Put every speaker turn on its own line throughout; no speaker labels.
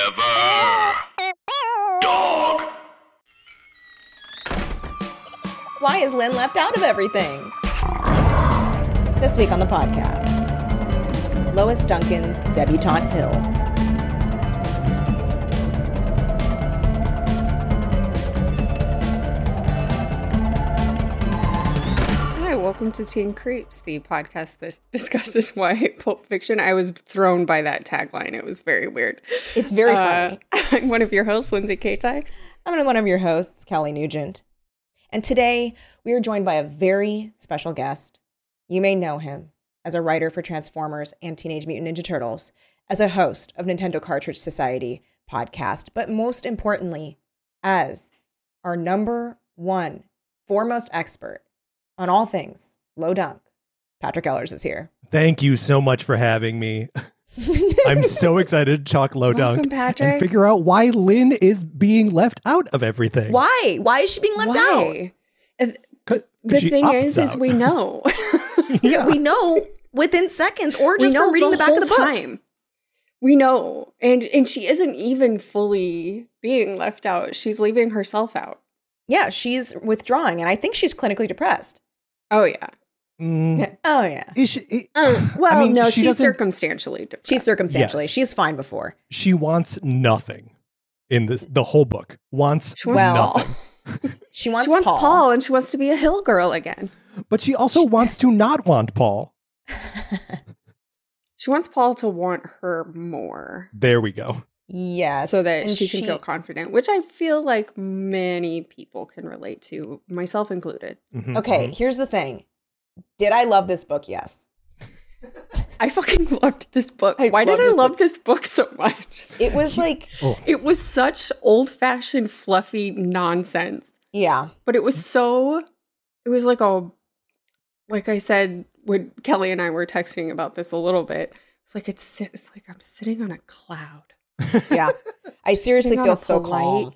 Forever. Dog.
Why is Lynn left out of everything? This week on the podcast Lois Duncan's Debutante Hill.
Hi, welcome to Teen Creeps, the podcast that discusses why Pulp Fiction. I was thrown by that tagline. It was very weird.
It's very
Uh,
funny.
I'm one of your hosts, Lindsay Kaitai.
I'm one of your hosts, Kelly Nugent. And today we are joined by a very special guest. You may know him as a writer for Transformers and Teenage Mutant Ninja Turtles, as a host of Nintendo Cartridge Society podcast, but most importantly, as our number one foremost expert on all things low dunk. Patrick Ellers is here.
Thank you so much for having me. I'm so excited to talk low
Welcome,
dunk
Patrick.
Oh, and figure out why Lynn is being left out of everything.
Why? Why is she being left out?
Why?
C-
The
she
thing
opts
is, is
out.
we know.
yeah.
We know within seconds or
we
just
know
from reading the, back
whole
of the book.
time. We know, and and she isn't even fully being left out. She's leaving herself out.
Yeah, she's withdrawing, and I think she's clinically depressed.
Oh yeah.
Mm,
Mm-hmm.
Oh yeah, Um,
is she, it- I
well,
mean,
no,
she
she's
doesn't-
circumstantially. Depressed.
she's circumstantially.
Yes.
She's fine before.
she wants nothing in this. The whole book wants,
She wants
Well,
nothing,
She wants,
she wants
Paul.
Paul. and she wants to be a hill girl again.
but she also wants to not want Paul.
She wants Paul to want her more.
There we go.
Yes,
so that
and
she can feel confident, which I feel like many people can relate to, myself included.
Mhm,
Okay,
mm-hmm.
mhm.
here's the thing. Did I love this book? Yes.
I fucking loved this book.
I
Why did
love
I
this
love
book.
this book so much?
It was like,
Mm-hmm. Oh.
It was such old fashioned, fluffy nonsense,
yeah,
but it was so, it was like a, like I said, when Kelly and I were texting about this a little bit, it's like it's, si- it's like I'm sitting on a cloud,
yeah. I seriously
on
feel
a
so
polite
calm.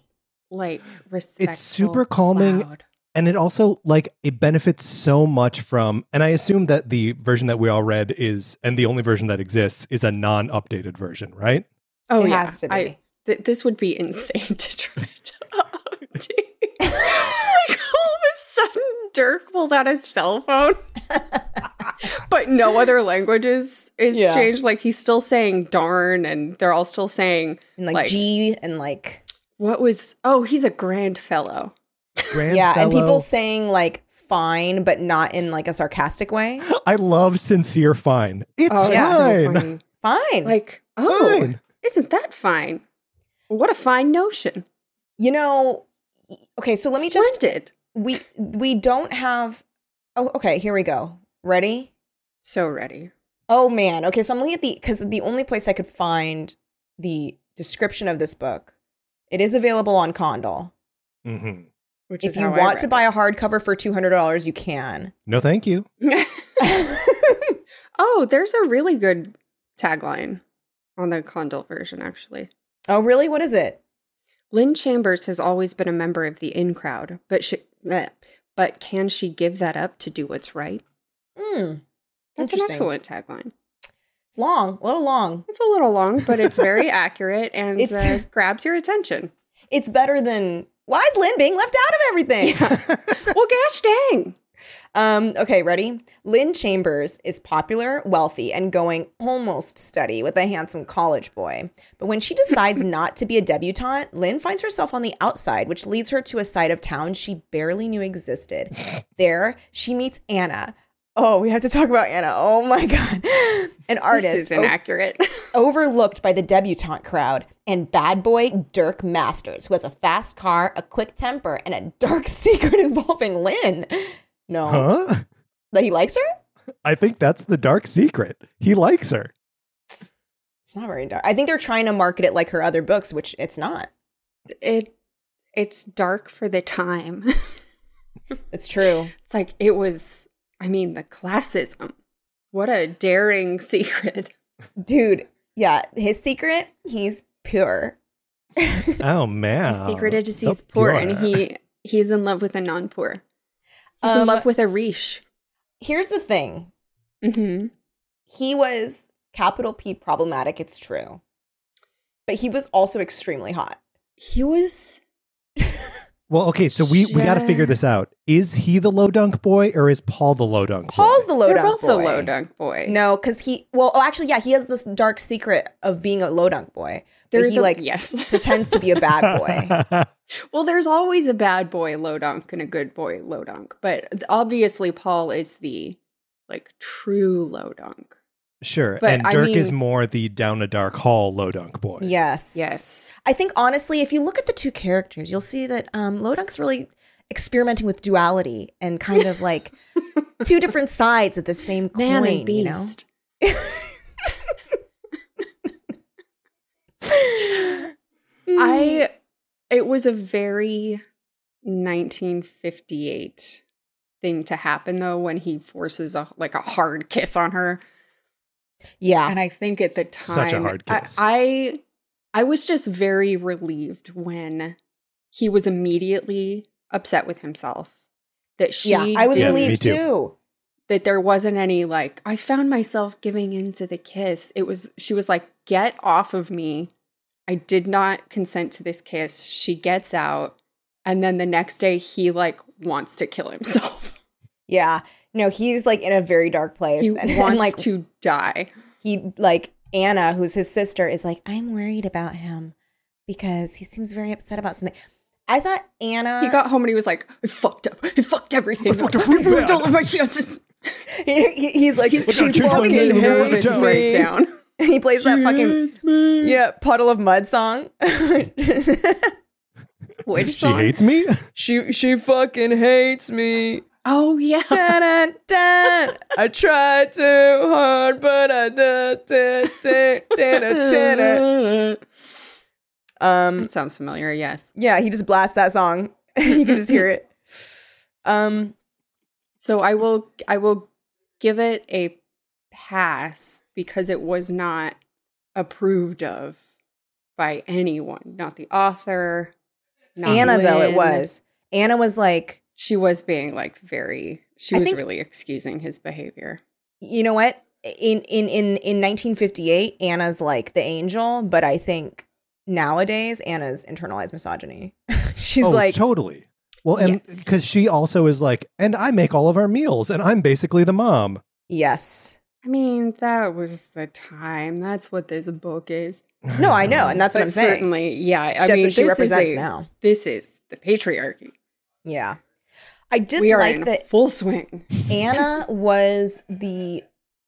like respectful.
It's super calming
cloud.
and it also like it benefits so much from and i assume that the version that we all read is and the only version that exists is a non-updated version right
Oh,
it
yeah.
has to be.
I- Th- this would be insane to try to update. like all of a sudden, Dirk pulls out his cell phone, but no other languages is
Yeah.
changed. Like he's still saying "darn," and they're all still saying
and like,
like-
G and like
what was. Oh, he's a grand fellow.
Grand
yeah, and
fellow.
people saying like fine, but not in like a sarcastic way.
I love sincere fine. It's
Oh,
yeah.
that's
fine.
so funny.
Fine.
Like, oh,
Fine.
isn't that fine? What a fine notion.
you know, y- okay, so let me just
Splendid.
we we don't have oh okay here we go ready
so ready.
oh man okay so i'm looking at the because the only place i could find the description of this book it is available on Condal.
Mhm.
Which
If
is
you
how I
want to
read
buy a hardcover for $200, you can.
No, thank you.
it. Oh, there's a really good tagline on the Condell version, actually.
oh, really? What is it?
Lynn Chambers has always been a member of the in crowd, but she, bleh. but can she give that up to do what's right?
Hmm.
That's an
Interesting.
excellent tagline.
It's long, a little long.
It's a little long, but it's very accurate and
It's-
uh, grabs your attention.
It's better than why is Lynn being left out of everything?
well, gosh dang!
Um, okay, ready? Lynn Chambers is popular, wealthy, and going almost steady with a handsome college boy. But when she decides not to be a debutante, Lynn finds herself on the outside, which leads her to a side of town she barely knew existed. There, she meets Anna. Oh, we have to talk about Anna. Oh my God. An artist.
This is
o-
inaccurate.
overlooked by the debutante crowd and bad boy Dirk Masters, who has a fast car, a quick temper, and a dark secret involving Lynn. No.
Oh.
Huh?
That he likes her?
I think that's the dark secret. He likes her.
It's not very dark. I think they're trying to market it like her other books, which it's not.
it it's dark for the time.
It's true.
It's like it was. I mean, the classism. What a daring secret.
Dude, yeah, his secret, he's pure.
Oh man.
His secret is
So
he's poor, and
pure.
he he's in love with a non-poor. He's
Um,
in love with a riche.
Here's the thing.
Mm-hmm.
He was capital P problematic, it's true. but he was also extremely hot.
He was
Well, okay, so we, we got to figure
Sure.
this out. Is he the low dunk boy or is Paul the low dunk
Paul's
boy?
the low
they're
dunk
both the
boy.
low dunk boy.
No, because he well, oh, actually, yeah, he has this dark secret of being a low dunk boy. But
they're
he
the-
like
yes.
pretends to be a bad boy.
well, there's always a bad boy low dunk and a good boy low dunk, but obviously Paul is the like true low dunk.
sure.
But
and
I
Dirk is
mean-
more the down a dark hall low dunk boy.
Yes.
Yes.
I think honestly, if you look at the two characters, you'll see that um, Lodunk's really experimenting with duality and kind of like two different sides of the same coin.
Man and
You know?
beast. I it was a very 1958 thing to happen though when he forces a like a hard kiss on her
yeah,
and I think at the time
Such a hard
I-
kiss.
I, I was just very relieved when he was immediately upset with himself that she
yeah. I was
Yeah,
didn't-
me
relieved
too.
too.
that there wasn't any like I found myself giving into the kiss. It was she was like, "Get off of me. I did not consent to this kiss." She gets out and then the next day he like wants to kill himself.
Yeah. No, he's like in a very dark place,
he
and, and,
wants
like
to die.
he like Anna, who's his sister, is like, I'm worried about him because he seems very upset about something. I thought Anna.
He got home and he was like, "I fucked up. I fucked everything.
I fucked
up.
up
I
real
ruined
bad."
all of my chances."
he, he- he's like,
He's
Look how
she
she told me
fucking
to ruin
hates
my
this
time.
breakdown.
he plays that fucking yeah puddle of mud song.
Which
She hates me?
she she fucking hates me.
Oh yeah.
Dun, dun, dun. I tried too hard, but I dun, dun, dun, dun, dun, dun. Um,
That sounds familiar. Yes.
yeah, he just blasts that song. you can just hear it. Um,
So I will I will give it a pass because it was not approved of by anyone, not the author. Not
Anna though it
Lynn.
was. Anna was like,
She was being like very she
I
was
think-
really excusing his behavior.
you know what? In in in in 1958, Anna's like the angel, but I think nowadays Anna's internalized misogyny. She's
oh,
like,
totally. Well, and
Yes.
because she also is like, and I make all of our meals, and I'm basically the mom.
yes.
I mean, that was the time. That's what this book is.
No, I know, and that's what
but
I'm saying.
certainly, yeah. I
That's
mean,
what she
this is
represents
a-
now.
This is the patriarchy.
Yeah. I did
we are
like
in
that
full swing.
Anna was the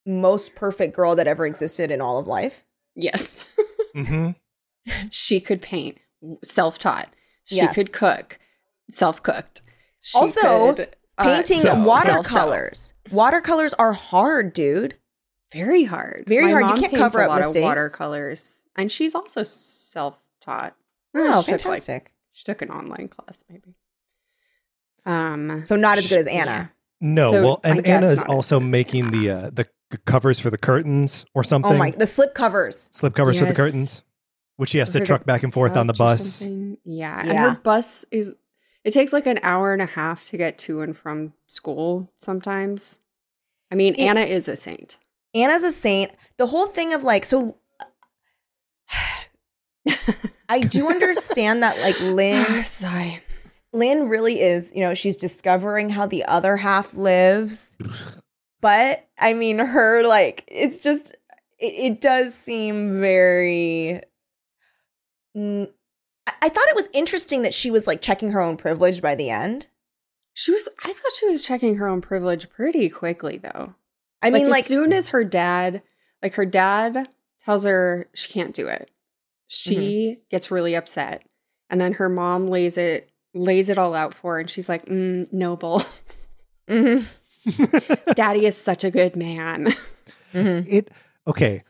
most perfect girl that ever existed in all of life.
Yes.
hmm
She could paint, self taught. She
Yes.
could cook, self cooked.
Also,
uh,
Painting
so-
watercolors. Watercolors are hard, dude.
Very hard.
Very
My
hard. You
mom
can't
paints
cover
a
up
lot
mistakes.
Of watercolors, and she's also self taught.
Oh,
she took, like-
fantastic.
She took an online class, maybe. Um.
So not as
Sh-
good as Anna.
No,
So
well,
I
and
guess
Anna is
not as
also
good.
making the uh, the c- covers for the curtains or something.
Oh my, the slip covers.
Slip covers for the
Yes.
curtains, which she has
Or
to
the
truck back and forth on the
couch or
bus.
something. Yeah. And
Yeah.
her bus is it takes like an hour and a half to get to and from school sometimes. I mean,
It-
Anna is a saint.
Anna's a saint. The whole thing of like, so I do understand that like Lynn,
Sigh.
Lynn really is, you know, she's discovering how the other half lives. But I mean, her like, it's just, it, it does seem very. Mm, I I thought it was interesting that she was like checking her own privilege by the end.
She was I thought she was checking her own privilege pretty quickly though.
I mean, like,
as soon as her dad like her dad tells her she can't do it. She
Mm-hmm.
gets really upset. And then her mom lays it lays it all out for her and she's like, mm, noble.
mhm,
Daddy is such a good man.
mhm.
It okay.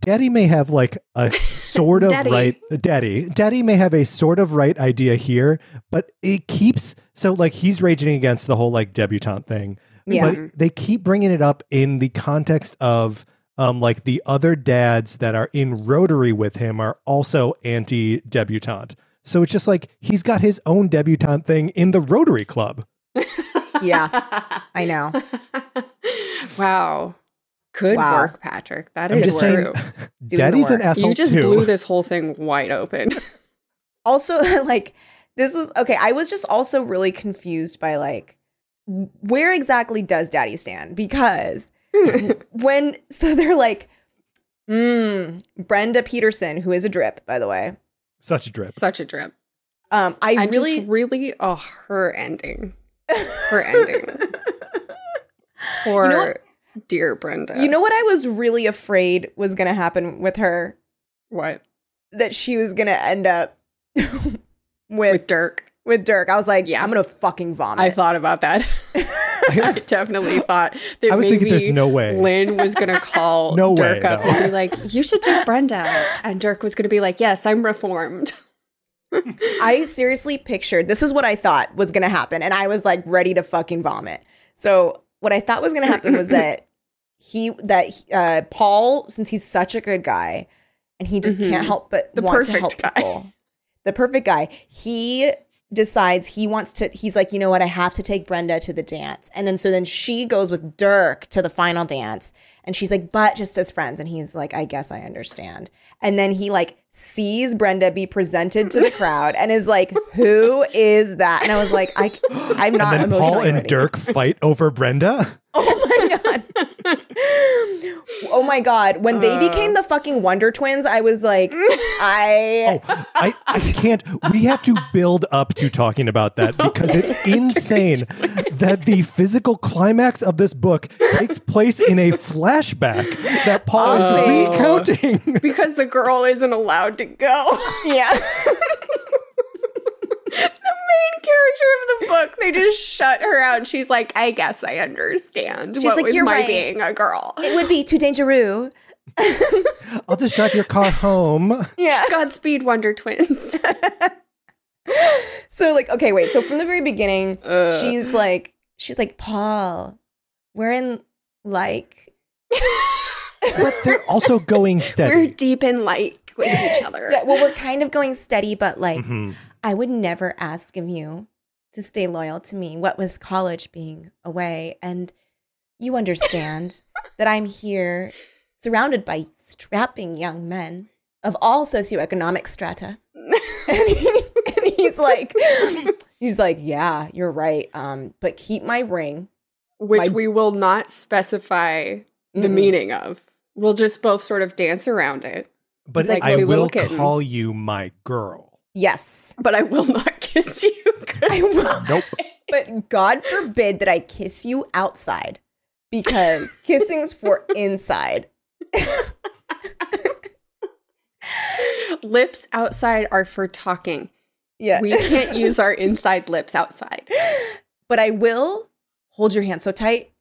Daddy may have like a sort of
Daddy.
right. Daddy, Daddy may have a sort of right idea here, but it keeps so like he's raging against the whole like debutante thing.
yeah.
Mhm.
But they keep bringing it up in the context of um, like the other dads that are in Rotary with him are also anti debutante. So it's just like he's got his own debutante thing in the Rotary Club.
Yeah. I know.
wow. Could
Wow.
work, Patrick. That
I'm
is
just saying,
true.
the
daddy's an
work.
asshole
you just
too.
blew this whole thing wide open.
also like this is okay i was just also really confused by like w- where exactly does daddy stand because when so they're like mm, brenda peterson who is a drip by the way
Such a drip.
Such a drip.
um i,
I
really
just really oh her ending. Her ending. Poor
You know what-
dear Brenda.
you know what i was really afraid was gonna happen with her
what?
that she was gonna end up with,
With
with
Dirk.
dirk i was like yeah
Yeah.
i'm gonna fucking vomit
I thought about that. I definitely thought that
I was
maybe
thinking there's no way.
Lynn was gonna call
No way,
Dirk up
no.
and be like, "You should take Brenda," and Dirk was gonna be like, "Yes, I'm reformed."
I seriously pictured this is what I thought was going to happen. And I was like ready to fucking vomit. So, what I thought was going to happen was that he, that uh, Paul, since he's such a good guy and he just can't
Mhm.
help but
The
want to
perfect
help
guy.
people, the perfect guy, he decides he wants to, he's like, you know what? I have to take Brenda to the dance. And then, so then she goes with Dirk to the final dance. And she's like, but just as friends. And he's like, I guess I understand. And then he like sees Brenda be presented to the crowd and is like, who is that? And I was like, I, I'm not
and then
emotionally
Paul and
ready.
Dirk fight over Brenda.
Oh my God. oh my God. When
Uh.
they became the fucking Wonder Twins, I was like, I.
Oh, I, I can't. We have to build up to talking about that because it's insane that the physical climax of this book takes place in a flashback that Paul
Oh.
is recounting.
because the girl isn't allowed to go.
Yeah.
the main character of the book, they just shut her out. And she's like, I guess I understand. what
like,
was
"You're
my
right."
being a girl?
Oh.
It would be too dangerous.
I'll just drive your car home.
Yeah.
Godspeed, Wonder Twins.
So like, okay, wait. So from the very beginning,
Uh.
she's like, she's like, Paul, we're in like,
But they're also going
We're
steady.
deep in light with each other.
yeah, well, we're kind of going steady, but like,
Mm-hmm.
Mhm.
I would never ask of you to stay loyal to me. What with college being away, and you understand that I'm here, surrounded by strapping young men of all socioeconomic strata. and, he- and he's like, he's like, yeah, you're right. Um, but keep my ring.
Which
My-
we will not specify the
Mm-mm.
meaning of. We'll just both sort of dance around it.
But
He's like
I
two little
will
kittens.
call you my girl.
Yes.
But I will not kiss you.
I will.
Nope.
But God forbid that I kiss you outside because kissing's for inside.
lips outside are for talking.
Yeah.
We can't use our inside lips outside.
but I will hold your hand so tight.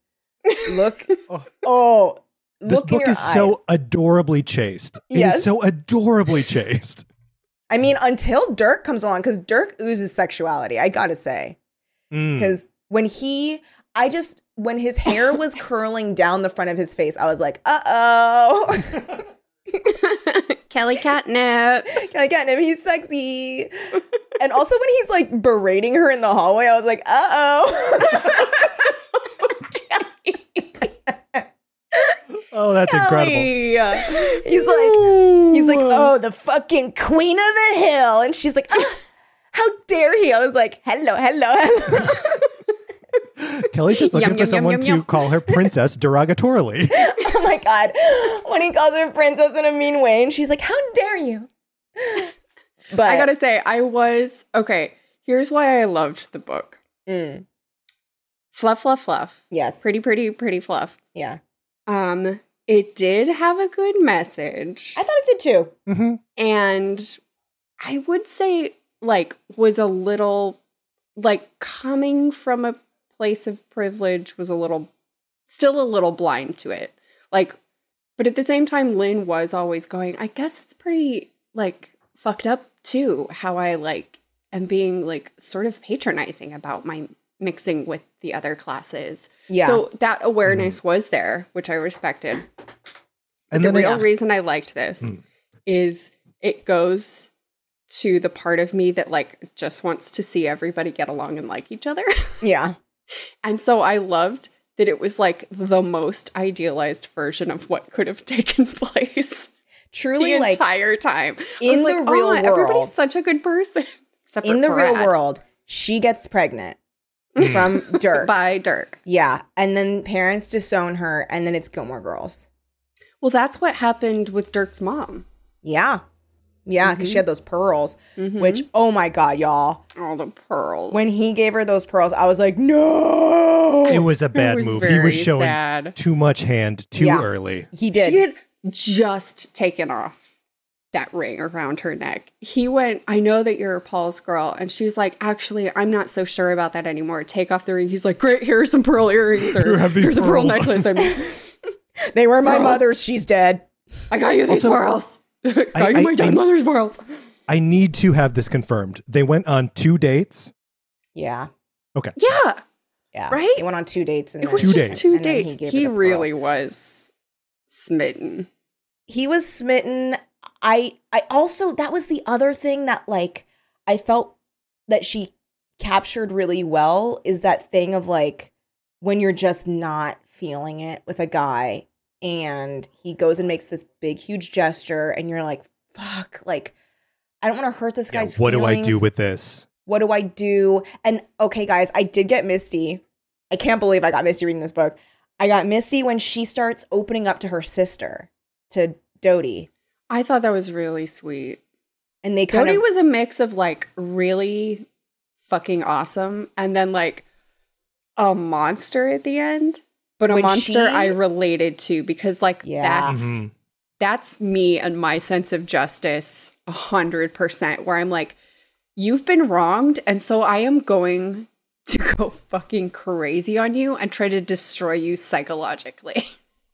Look.
Oh.
oh,
This
look in
book
your
is
eyes.
so adorably chaste. It
Yes.
is so adorably chaste.
I mean, until Dirk comes along, because Dirk oozes sexuality, I gotta say.
Mm.
Because when he, I just, when his hair was curling down the front of his face, I was like, uh oh.
Kelly catnip.
I got him. He's sexy. and also when he's like berating her in the hallway, I was like, uh oh.
Oh, that's incredible.
he's like, he's like, oh, the fucking queen of the hill. And she's like, ah, how dare he? I was like, hello, hello, hello.
Kelly's just
Yum,
looking
yum,
for
yum,
someone
yum,
to
yum.
call her princess derogatorily.
oh my god. When he calls her princess in a mean way, and she's like, how dare you? But
I gotta say, I was okay. Here's why I loved the book.
Mm,
Fluff, fluff, fluff.
yes,
Pretty, pretty, pretty fluff.
Yeah,
Um, it did have a good message,
I thought it did too.
Mm-hmm.
Mhm.
and I would say, like, was a little like coming from a place of privilege was a little, still a little blind to it. Like, but at the same time, Lynn was always going. I guess it's pretty like fucked up too. How I like am being like sort of patronizing about my mixing with the other classes.
Yeah.
So that awareness was there, which I respected.
And
the
then
real
I-
reason I liked this
Hmm.
Mm.
is it goes to the part of me that like just wants to see everybody get along and like each other.
yeah.
And so I loved that it was like the most idealized version of what could have taken place
Truly,
the
like
entire time. I
in
was
the real world-
everybody's such a good person. Except
in
for
the real
Brad.
world, she gets pregnant
Mm.
from Dirk.
by Dirk.
Yeah. And then parents disown her, and then it's Gilmore Girls.
Well, that's what happened with Dirk's mom.
Yeah. Yeah. Because
Mm-hmm.
she had those pearls, which, oh my God, y'all.
all the pearls.
When he gave her those pearls, I was like, no.
It was a bad
was
move. He
very
was showing
sad.
too much hand too
Yeah.
early.
he did.
she had just taken off that ring around her neck. He went, I know that you're Paul's girl. And she's like, actually, I'm not so sure about that anymore. Take off the ring. He's like, great, here are some pearl earrings. Or
Here, have these
here's a pearl necklace.
pearls."
I, mean,
they were my mother's. She's dead.
I got you these
Also,
pearls. I got you
I-
my dead
I-
mother's pearls.
I need to have this confirmed. They went on two dates.
Yeah.
Yeah,
Yeah.
Right?
They went on two dates. And
it was
Two
then,
just
dates.
two
and then
dates.
gave
He,
her the pearls.
really was smitten.
he was smitten i i also that was the other thing that like i felt that she captured really well is that thing of like when you're just not feeling it with a guy and he goes and makes this big huge gesture and you're like fuck like i don't want to hurt this
Yeah,
guy's
what do I do
feelings.
with this?
what do i do and okay guys i did get misty i can't believe i got misty reading this book i got misty when she starts opening up to her sister to Dodie
I thought that was really sweet.
and they kind
Cody
of
was a mix of like really fucking awesome and then like a monster at the end, but a
When
monster
she-
I related to because like
Yeah.
that's
Mhm.
that's me and my sense of justice a hundred percent where I'm like, you've been wronged, and so I am going to go fucking crazy on you and try to destroy you psychologically.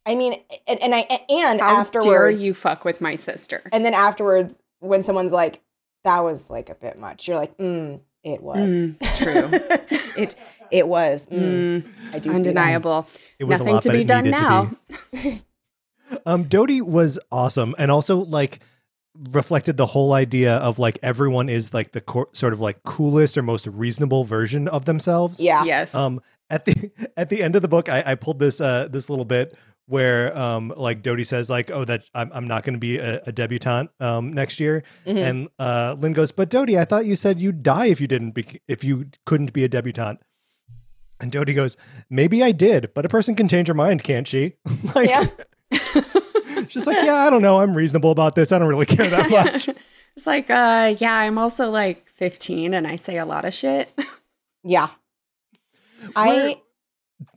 I mean, and, and I and
How
afterwards,
dare you fuck with my sister?
and then afterwards, when someone's like, "That was like a bit much," you're like, mm, "It was
Mm, true.
it it was mm,
Mm,
I do see that."
undeniable.
It was
Nothing
a lot,
to
but
be
it
done
needed to
now.
be. um, Dodie was awesome, and also like reflected the whole idea of like everyone is like the cor- sort of like coolest or most reasonable version of themselves.
Yeah,
Yes.
Um, at the at the end of the book, I, I pulled this uh this little bit where um like Dodie says like oh that I'm I'm not going to be a, a debutante um next year,
Mm-hmm.
Mhm.
and uh Lynn goes but Dodie I thought you said you'd die if you didn't be- if you couldn't be a debutante. And Dodie goes, maybe I did, but a person can change her mind, can't she? like,
Yeah.
she's like, yeah, I don't know. I'm reasonable about this. I don't really care that much.
It's like, uh, yeah, I'm also like 15 and I say a lot of shit.
yeah. I,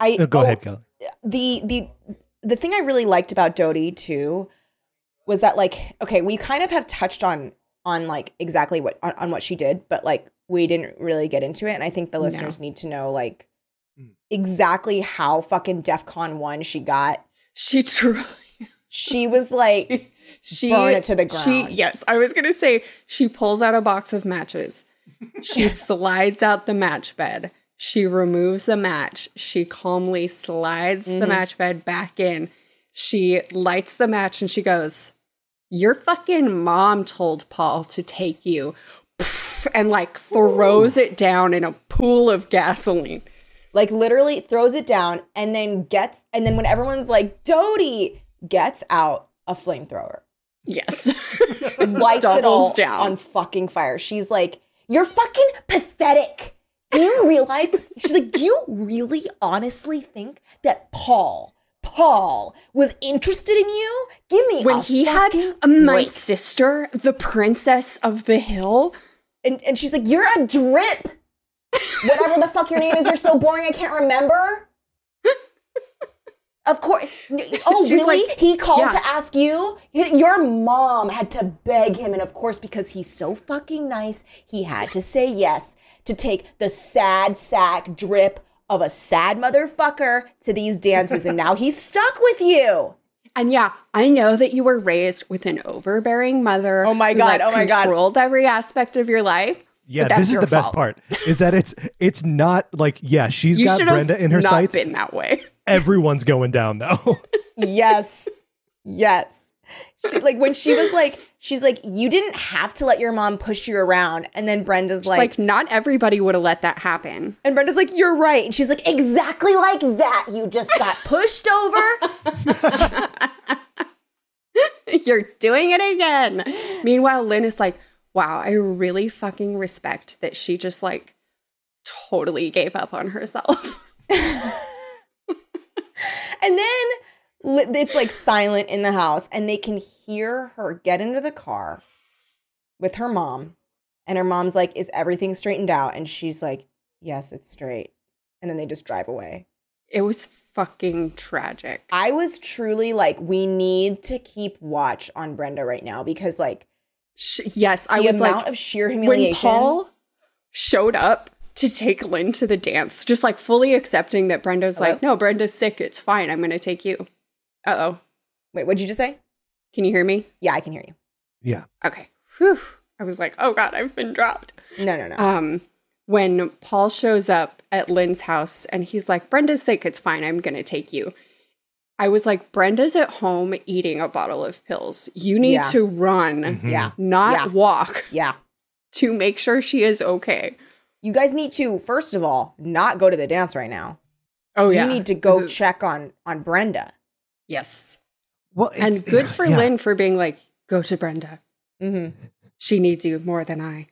I
Uh, Go
oh,
ahead, Kelly.
the the the thing I really liked about Dodie too was that like okay we kind of have touched on on like exactly what on, on what she did but like we didn't really get into it and I think the
No.
listeners need to know like
Mm.
exactly how fucking DefCon one she got
She truly,
she was like
she,
Burn it to the
She,
ground.
yes, I was going to say, she pulls out a box of matches. She slides out the match bed. She removes a match. She calmly slides the
Mhm.
match bed back in. She lights the match and she goes, Your fucking mom told Paul to take you. Pff, And like throws it down in a pool of gasoline.
like literally throws it down and then gets and then when everyone's like Dodie gets out a flamethrower
Yes.
lights it
Doubles
all
down.
on fucking fire. She's like, "You're fucking pathetic." Do you realize? She's like, "Do you really honestly think that Paul, Paul, was interested in you? Give me
when
a
he had
fucking
my
break."
sister, the princess of the hill.
and and she's like, "You're a drip. Whatever the fuck your name is, you're so boring. I can't remember." Of course. Oh,
She's
really?
like,
he called
yeah.
to ask you? Y- Your mom had to beg him. And of course, because he's so fucking nice, he had to say yes to take the sad sack drip of a sad motherfucker to these dances. And now he's stuck with you.
And yeah, I know that you were raised with an overbearing mother.
Oh my
who,
God, oh my God.
Controlled every aspect of your life.
Yeah,
but that's
this is
your
the best
fault.
part. Is that it's it's not like yeah, she's
You
got
should have
Brenda in her
not
sights.
been that way.
Everyone's going down though.
Yes. yes. She, like when she was like, she's like, you didn't have to let your mom push you around. And then Brenda's
Like,
like,
not everybody would have let that happen.
and Brenda's like, you're right. And she's like, exactly like that. You just got pushed over.
You're doing it again. Meanwhile, Lynn is like, wow, I really fucking respect that she just like totally gave up on herself.
And then li- it's like silent in the house, and they can hear her get into the car with her mom. And her mom's like, Is everything straightened out? And she's like, Yes, it's straight. And then they just drive away.
It was fucking tragic.
I was truly like, We need to keep watch on Brenda right now because, like,
Sh- yes,
the
I was
amount
like,
of sheer
when
humiliation.
Paul showed up to take Lynn to the dance, just like fully accepting that Brenda's
Hello?
like, no, Brenda's sick. It's fine. I'm going to take you. Uh oh.
Wait, what'd you just say?
Can you hear me?
Yeah, I can hear you.
Yeah.
Okay. Whew. I was like, oh God, I've been dropped.
No, no, no.
Um, when Paul shows up at Lynn's house and he's like, Brenda's sick. It's fine. I'm going to take you. I was like, Brenda's at home eating a bottle of pills. You need
Yeah.
to run,
Mhm.
yeah,
not
Yeah.
walk,
yeah.
to make sure she is okay.
You guys need to, first of all, not go to the dance right now.
Oh,
you need to go
Mhm.
check on on Brenda.
Yes.
Well,
and
it's-
good for
yeah.
Lynn for being like, go to Brenda.
Mm-hmm.
She needs you more than I.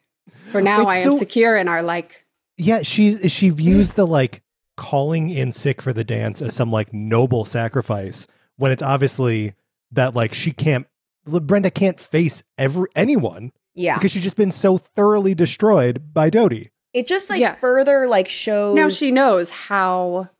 For now,
It's
I am
so-
secure in our like.
Yeah, she's she views the like calling in sick for the dance as some like noble sacrifice when it's obviously that like she can't Brenda can't face every anyone
Yeah.
because she's just been so thoroughly destroyed by Dodie.
It just like
Yeah.
further like shows
Now she knows how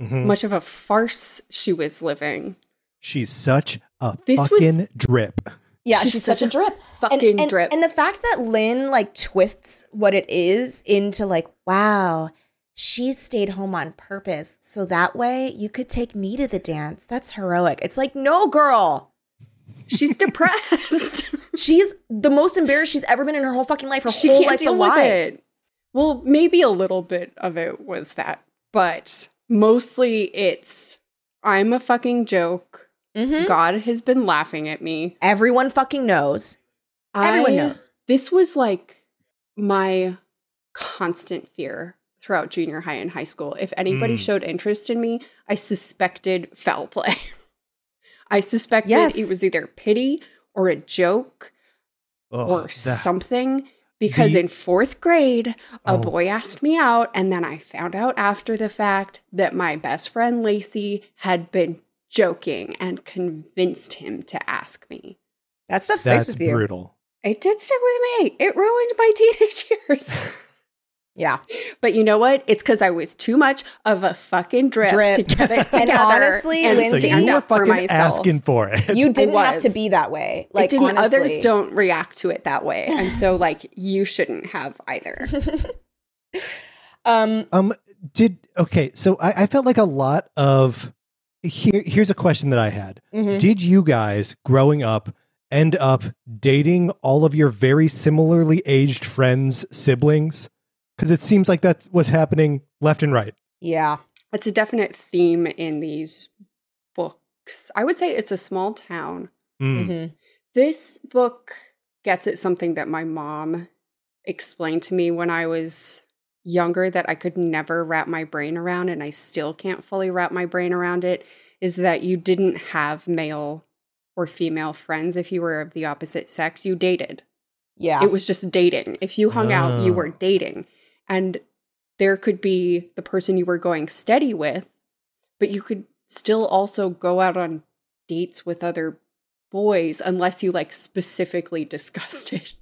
Mhm.
much of a farce she was living.
She's such a
This was-
fucking drip.
Yeah, she's,
She's
such,
such
a drip. And-
Fucking
and,
drip.
And the fact that Lynn like twists what it is into like, wow, she stayed home on purpose. So that way you could take me to the dance. That's heroic. It's like, no girl.
She's depressed.
She's the most embarrassed she's ever been in her whole fucking life. Her
she
whole
can't
life's a
deal with
lie.
it. Well, maybe a little bit of it was that, but mostly it's I'm a fucking joke.
Mhm.
God has been laughing at me.
Everyone fucking knows. Everyone
I-
knows.
this was like my constant fear throughout junior high and high school. If anybody
Mm.
showed interest in me, I suspected foul play. I suspected
Yes.
it was either pity or a joke
Ugh,
or
that-
something. Because
The-
in fourth grade, a
Oh.
boy asked me out, and then I found out after the fact that my best friend Lacey had been joking and convinced him to ask me.
That stuff sticks
That's
with you.
brutal.
It did stick with me. It ruined my teenage years.
Yeah.
But you know what? It's because I was too much of a fucking drip,
Drip.
to get it
And
together.
honestly,
and
Lindsay,
stand
you were
up for
fucking
myself.
asking for it.
You didn't have
was.
to be that way.
like,
Like
didn't,
honestly.
others don't react to it that way, and so like you shouldn't have either.
um
Um, did okay. So I, I felt like a lot of here. Here's a question that I had.
mhm.
Did you guys growing up end up dating all of your very similarly aged friends' siblings? Because it seems like that was happening left and right.
Yeah.
It's a definite theme in these books. I would say it's a small town.
Mm.
hmm
This book gets at something that my mom explained to me when I was younger that I could never wrap my brain around, and I still can't fully wrap my brain around it is that you didn't have male or female friends if you were of the opposite sex. You dated,
Yeah.
it was just dating. If you hung out, you
Oh.
were dating. And there could be the person you were going steady with, but you could still also go out on dates with other boys unless you like specifically discussed it.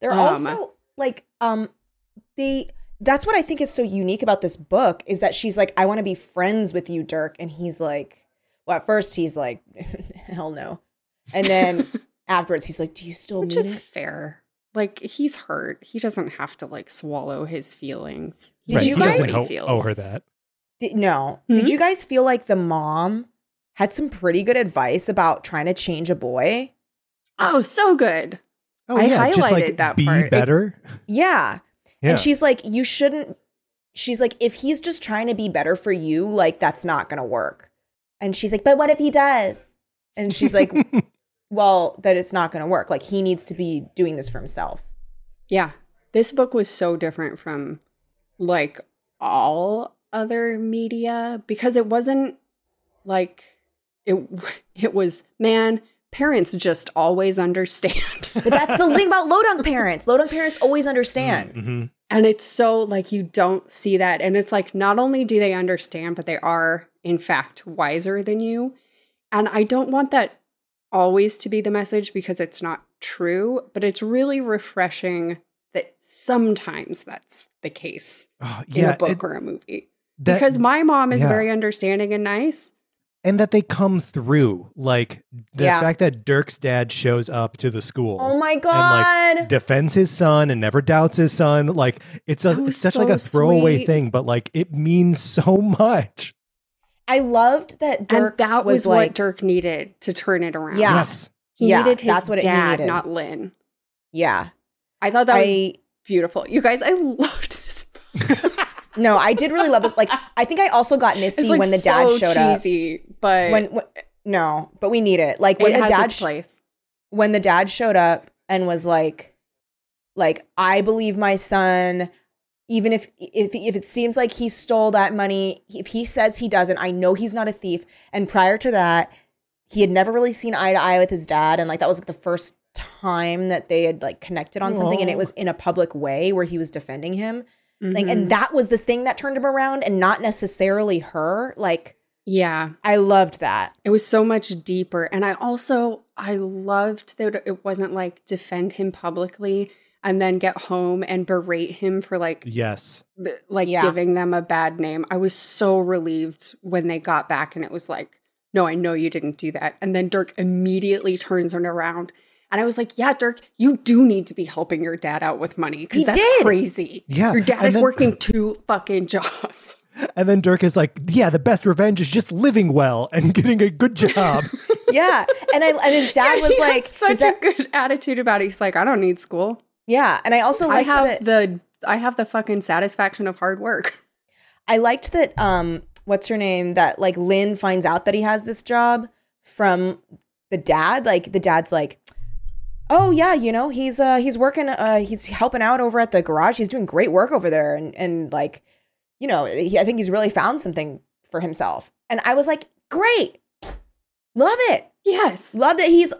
They're
Um,
also like um they that's what I think is so unique about this book is that she's like I want to be friends with you Dirk and he's like well at first he's like hell no. And then afterwards he's like do you still
Which
mean
is
it?
fair. Like he's hurt. He doesn't have to like swallow his feelings.
Did
Right,
you
he
guys-
doesn't
He
owe,
feels.
owe her that?
Did, no. Did
Hmm?
you guys feel like the mom had some pretty good advice about trying to change a boy?
Oh, so good.
Oh
I
yeah, just
highlighted
like
that
be
part. It-
better.
Yeah.
yeah,
And she's like, you shouldn't. She's like, if he's just trying to be better for you, like, that's not going to work. And she's like, but what if he does? And she's like, well that it's not going to work. Like he needs to be doing this for himself.
Yeah. This book was so different from like all other media because it wasn't like it it was man parents just always understand.
But that's the thing about low dunk parents. Low dunk parents always understand.
Mhm.
and it's so like you don't see that and it's like not only do they understand but they are in fact wiser than you. And I don't want that always to be the message because it's not true, but it's really refreshing that sometimes that's the case
Oh,
in
yeah,
a book
it-
or a movie.
that-
because my mom is
yeah.
very understanding and nice.
and that they come through, like the
Yeah.
fact that Dirk's dad shows up to the school.
Oh my
like,
god.
defends his son and never doubts his son like it's
That
a
was
it's such like a
so
throwaway
sweet.
thing but like it means so much
I loved that Dirk
and that
was,
was,
like
what Dirk needed to turn it around.
Yeah.
yes
He
Yeah,
needed his
that's what it- he
dad,
needed.
not Lynn.
yeah.
I thought that was
I
beautiful. You guys, I loved this book.
no, I did really love this. Like I think I also got Misty
it's like
when the dad
so
showed up.
cheesy, But
When, when no, but we need it. Like when
it
the
has
dad
its
sh-
place.
when the dad showed up and was like like i believe my son even if if if it seems like he stole that money if he says he doesn't i know he's not a thief and prior to that he had never really seen eye to eye with his dad and like that was like the first time that they had like connected on something and it
Aw.
was in a public way where he was defending him like
Mhm.
and that was the thing that turned him around and not necessarily her like
yeah,
i loved that
it was so much deeper. And I also I loved that it wasn't like defend him publicly and then get home and berate him for like
yes
b- like
Yeah.
giving them a bad name. I was so relieved when they got back and it was like, no, I know you didn't do that. And then Dirk immediately turns it around. And I was like, yeah, Dirk, you do need to be helping your dad out with money
He
because that's
did.
crazy.
Yeah,
Your dad
and
is
then-
working two fucking jobs.
and then dirk is like yeah the best revenge is just living well and getting a good job
yeah and i and his dad was
He had
like his
such
dad-
a good attitude about it. He's like, I don't need school.
yeah and Oh, i also
I
liked
have
that-
the I have the fucking satisfaction of hard work.
I liked that um what's her name that like Lynn finds out that he has this job from the dad like the dad's like oh yeah you know he's uh he's working uh he's helping out over at the garage he's doing great work over there and and like you know he, I think he's really found something for himself and I was like great love it
Yes.
love that he's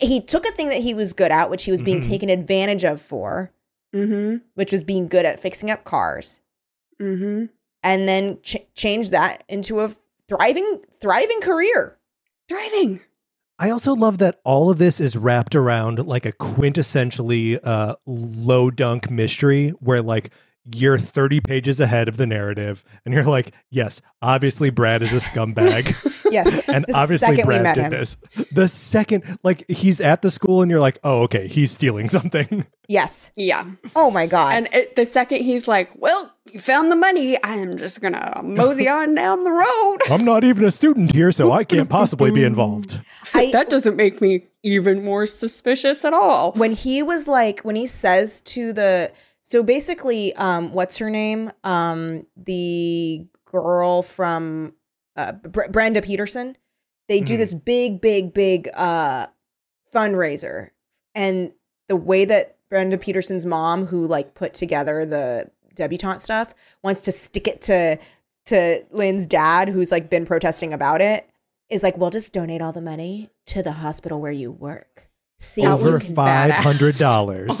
he took a thing that he was good at which he was being
Mhm.
taken advantage of for
Mm-hmm.
which was being good at fixing up cars
Mm-hmm.
and then ch- change that into a thriving thriving career.
Driving.
i also love that all of this is wrapped around like a quintessentially uh low dunk mystery where like you're 30 pages ahead of the narrative and you're like yes obviously brad is a scumbag
Yeah,
and
The
obviously
second we
Brad
met
did
him.
this. The second, like he's at the school, and you're like, oh, okay, he's stealing something.
yes.
Yeah.
Oh my god.
And it, the second he's like, "Well, you found the money. I am just gonna mosey on down the road."
I'm not even a student here, so I can't possibly be involved.
I-
that doesn't make me even more suspicious at all.
when he was like, when he says to the, so basically, um, what's her name? Um, the girl from uh, Br- Brenda Peterson. They do
Mhm.
this big, big, big uh, fundraiser, and the way that Brenda Peterson's mom, who like put together the debutante stuff, wants to stick it to to Lynn's dad, who's like been protesting about it, is like, we'll just donate all the money to the hospital where you work. See,
That
Over
was
five hundred dollars,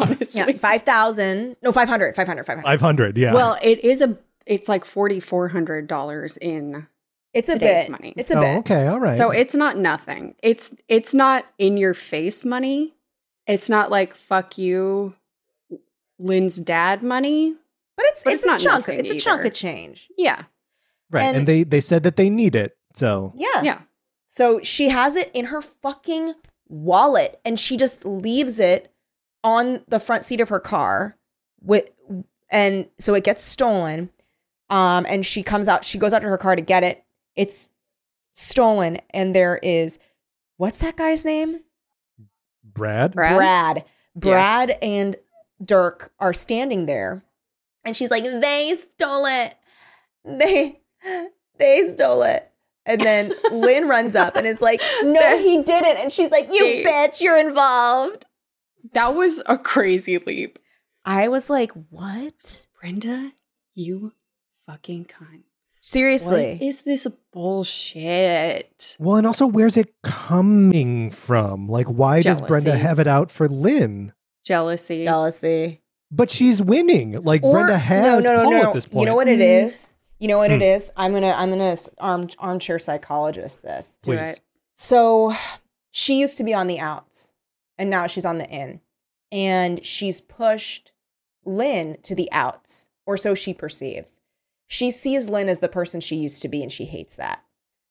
Honestly.
yeah, five thousand, no, 500, 500, 500.
five hundred. Yeah.
Well, it is a. It's like forty four hundred dollars in.
it's a
today's
bit.
money.
It's a
oh,
bit.
okay, all right.
So it's not nothing. It's it's not in your face money. It's not like fuck you, Lynn's dad money.
But it's
But
it's,
it's
a
not
chunk.
nothing
It's a chunk
either.
of change.
Yeah,
right, and,
and-
they they said that they need it. So
Yeah.
yeah.
So she has it in her fucking wallet and she just leaves it on the front seat of her car with and so it gets stolen. Um and she comes out she goes out to her car to get it. It's stolen and there is what's that guy's name?
Brad,
Brad?
Brad. Brad and Dirk are standing there and she's like, they stole it. They they stole it. And then Lynn runs up and is like, No, he didn't. And she's like, You
Hey.
bitch, you're involved.
That was a crazy leap.
I was like, What?
Brenda, you fucking cunt.
Seriously.
What is this bullshit?
Well, and also, where's it coming from? Like, why does Brenda
Jealousy.
have it out for Lynn?
Jealousy.
Jealousy.
But she's winning. Like, Brenda has Paul at this point.
You know what it
Mm.
is? You know what it
Hmm.
is? I'm gonna I'm gonna s- arm, armchair psychologist this.
Do
Please.
it.
So she used to be on the outs and now she's on the in. And she's pushed Lynn to the outs, or so she perceives. She sees Lynn as the person she used to be and she hates that.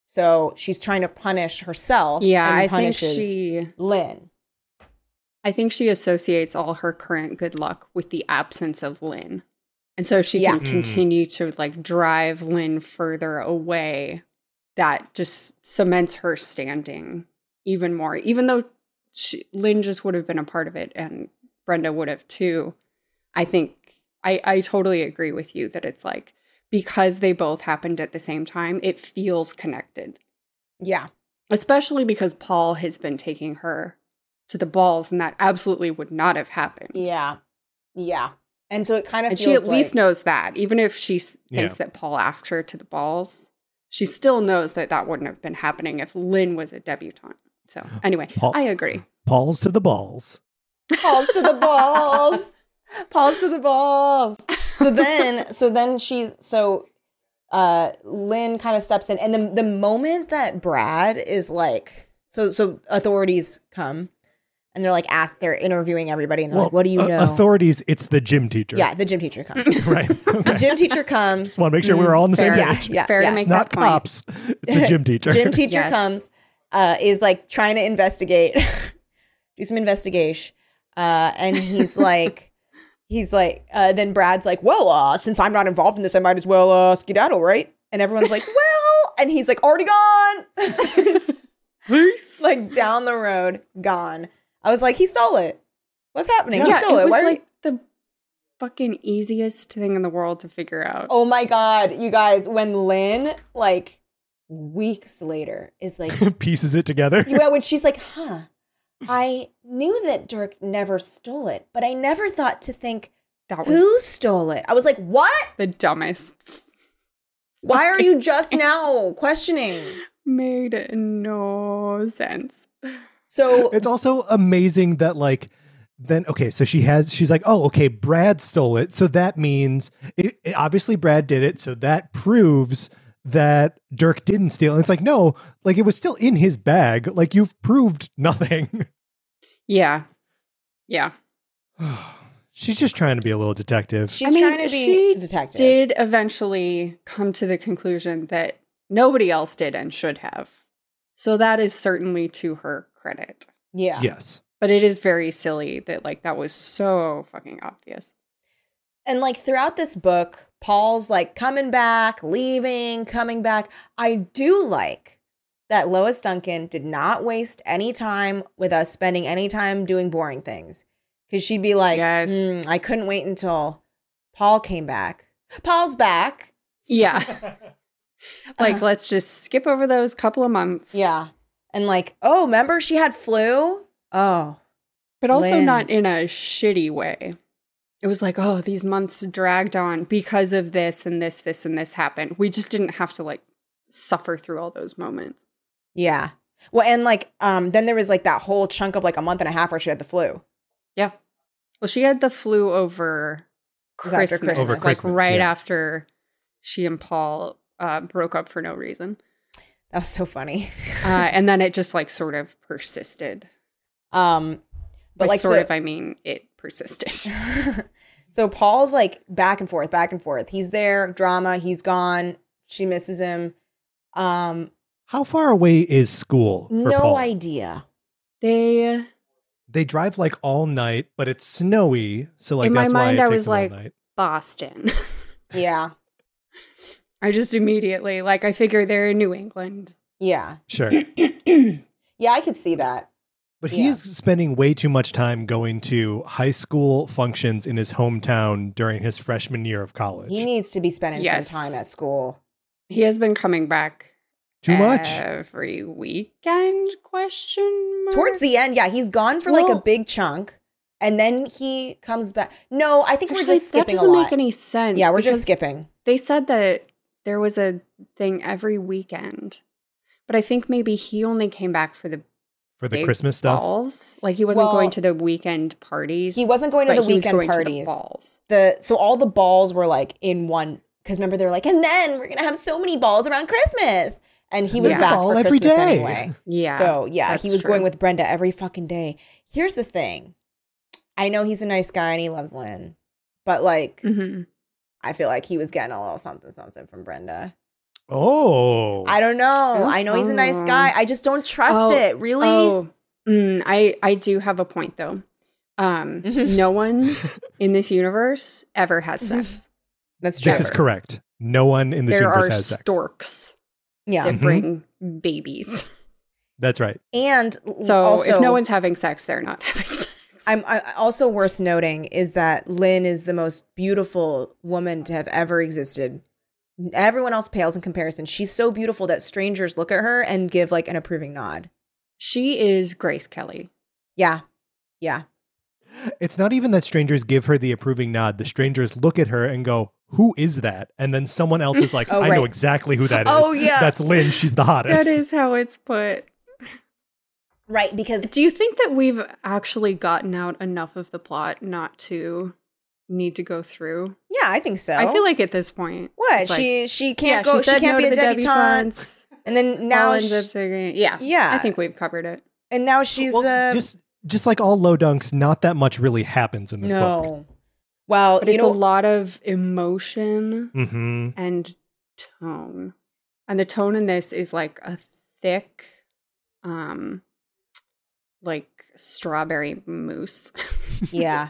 So she's trying to punish herself
Yeah,
and
I think
punishes
she
Lynn.
I think she associates all her current good luck with the absence of Lynn. And so she
Yeah.
can
Mm.
continue to like drive Lynn further away. That just cements her standing even more. Even though she, Lynn just would have been a part of it and Brenda would have too. I think I, I totally agree with you that it's like because they both happened at the same time, it feels connected
Yeah.
especially because Paul has been taking her to the balls, and that absolutely would not have happened.
Yeah. Yeah. And so it kind of
and
feels
she at least
like-
knows that, even if she s-
Yeah.
thinks that Paul asked her to the balls, she still knows that that wouldn't have been happening if Lynn was a debutante. So anyway,
Paul-
I agree.
Paul's to the balls.
Paul's to the balls. Paul's to the balls. So then, so then she's so uh Lynn kind of steps in and the the moment that Brad is like so so authorities come and they're like asked they're interviewing everybody and they're like what do you
uh,
know?
Authorities, it's the gym teacher.
yeah, the gym teacher comes.
Right.
the
Okay.
gym teacher comes. Mm-hmm.
Just want to make sure we're all on the same
Fair.
page.
yeah, yeah,
Fair
yeah.
to make
It's not
that point.
cops. It's the gym teacher.
Gym teacher
Yes.
comes, uh, is like trying to investigate, do some investigation, uh, and he's like, he's like, uh, then Brad's like, well, uh, since I'm not involved in this, I might as well uh, skedaddle, right? And everyone's like, well, and he's like, already gone, like down the road, gone. I was like, he stole it. What's happening?
Yeah,
he
yeah,
stole it.
it was
Why are you-
like the fucking easiest thing in the world to figure out.
Oh my god, you guys! When Lynn, like weeks later, is like,
Pieces it together.
Yeah, when she's like, huh, I knew that Dirk never stole it, but I never thought to think
that was
who stole it. I was like, what?
the dumbest.
Why are you just now questioning?
Made no sense.
So
it's also amazing that like then okay so she has she's like oh okay brad stole it so that means it, it- obviously brad did it so that proves that dirk didn't steal and it's like no like it was still in his bag like you've proved nothing
Yeah. Yeah.
she's just trying to be a little detective
she's trying to be
she
a detective.
Did eventually come to the conclusion that nobody else did and should have. So that is certainly to her credit.
yeah.
yes
But it is very silly that like that was so fucking obvious.
And like throughout this book, Paul's like coming back, leaving, coming back. I do like that Lois Duncan did not waste any time with us spending any time doing boring things. Cause she'd be like,
Yes.
"Hmm, I couldn't wait until Paul came back. Paul's back.
Yeah. like
Uh-huh.
let's just skip over those couple of months.
Yeah. And like, oh, remember she had flu? Oh,
But also
Lynn.
not in a shitty way. It was like, oh, these months dragged on because of this and this, this, and this happened. We just didn't have to like suffer through all those moments.
yeah. Well, and like, um, then there was like that whole chunk of like a month and a half where she had the flu.
Yeah. Well, she had the flu over
was after
Christmas,
Christmas. Over
Christmas,
like right
yeah.
after she and Paul uh, broke up for no reason,
That was so funny.
uh, and then it just like sort of persisted.
Um,
But
but like
sort
so-
of, I mean, it persisted.
so Paul's like back and forth, back and forth. He's there, drama, he's gone, she misses him. Um
how far away is school for
no
Paul?
idea.
they,
they drive like all night but it's snowy so like
In my
that's why
mind,
it
I
takes
was
them all
like-
night.
Boston.
Yeah.
I just immediately like I figure they're in New England.
Yeah.
sure
Yeah, I could see that.
But
Yeah.
he is spending way too much time going to high school functions in his hometown during his freshman year of college.
He needs to be spending
Yes.
some time at school.
He has been coming back
Too much.
every weekend? Question mark.
Towards the end, yeah, he's gone for like
Well-
a big chunk, and then he comes back. No, I think we're
Actually,
just skipping
that
a
doesn't
lot.
make any sense.
yeah, we're just
because
skipping.
They said that there was a thing every weekend, but I think maybe he only came back for the
for the
big
Christmas stuff.
balls. Like he wasn't
Well,
going to the weekend parties.
He wasn't going to
but
the
he was
weekend
going to the
parties.
balls.
the so all the balls were like in one because remember they were like, and then we're gonna have so many balls around Christmas, and he was
Yeah.
back
Ball
for
every
Christmas
day.
anyway.
Yeah.
so yeah, he
that's
was going
true.
with Brenda every fucking day. Here's the thing, I know he's a nice guy and he loves Lynn, but like
Mhm.
I feel like he was getting a little something something from Brenda.
Oh,
I don't know.
Oh,
I know he's a nice
oh.
guy. I just don't trust
Oh,
it. Really,
Oh, mm, I I do have a point though. Um, no one in this universe ever has sex.
that's true.
this is
Trevor.
correct. No one in this
there
universe
are
has sex.
storks
yeah,
that
Mhm.
bring babies.
That's right.
and
So
also,
if no one's having sex, they're not having sex.
I'm I, I- also worth noting is that Lynn is the most beautiful woman to have ever existed. Everyone else pales in comparison. She's so beautiful that strangers look at her and give like an approving nod.
she is Grace Kelly.
Yeah, yeah,
It's not even that strangers give her the approving nod. The strangers look at her and go, "Who is that?" And then someone else is like,
Oh,
"I know
right.
exactly who that is.
Oh, yeah.
that's Lynn. She's the hottest."
That is how it's put.
right. Because
Do you think that we've actually gotten out enough of the plot not to need to go through?
yeah, I think so.
I feel like at this point,
what
it's like-
she she
yeah,
can't go. She,
said
can't
no
be
to
a
the
debutante. And then
Now
now,
ends
she-
up taking, yeah,
yeah,
I think we've covered it.
and now she's
Well,
uh,
just just like all low dunks, not that much really happens in this book.
no. Well,
But
you
it's
know,
a lot of emotion
Mm-hmm.
and tone. And the tone in this is like a thick um like strawberry mousse.
yeah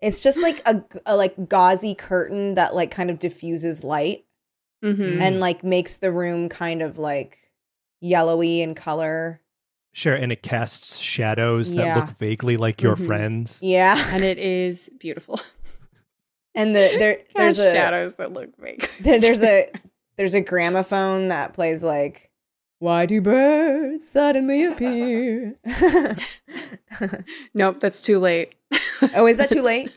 it's just like a, a like gauzy curtain that like kind of diffuses light
Mhm.
and like makes the room kind of like yellowy in color
Sure, and it casts shadows that
Yeah. Mm-hmm.
look vaguely like your
Mhm.
friends.
yeah
And it is beautiful.
and the there there's
There's
a
shadows that look big.
there- there's a there's a gramophone that plays like why do birds suddenly appear
Nope, that's too late.
oh is that too late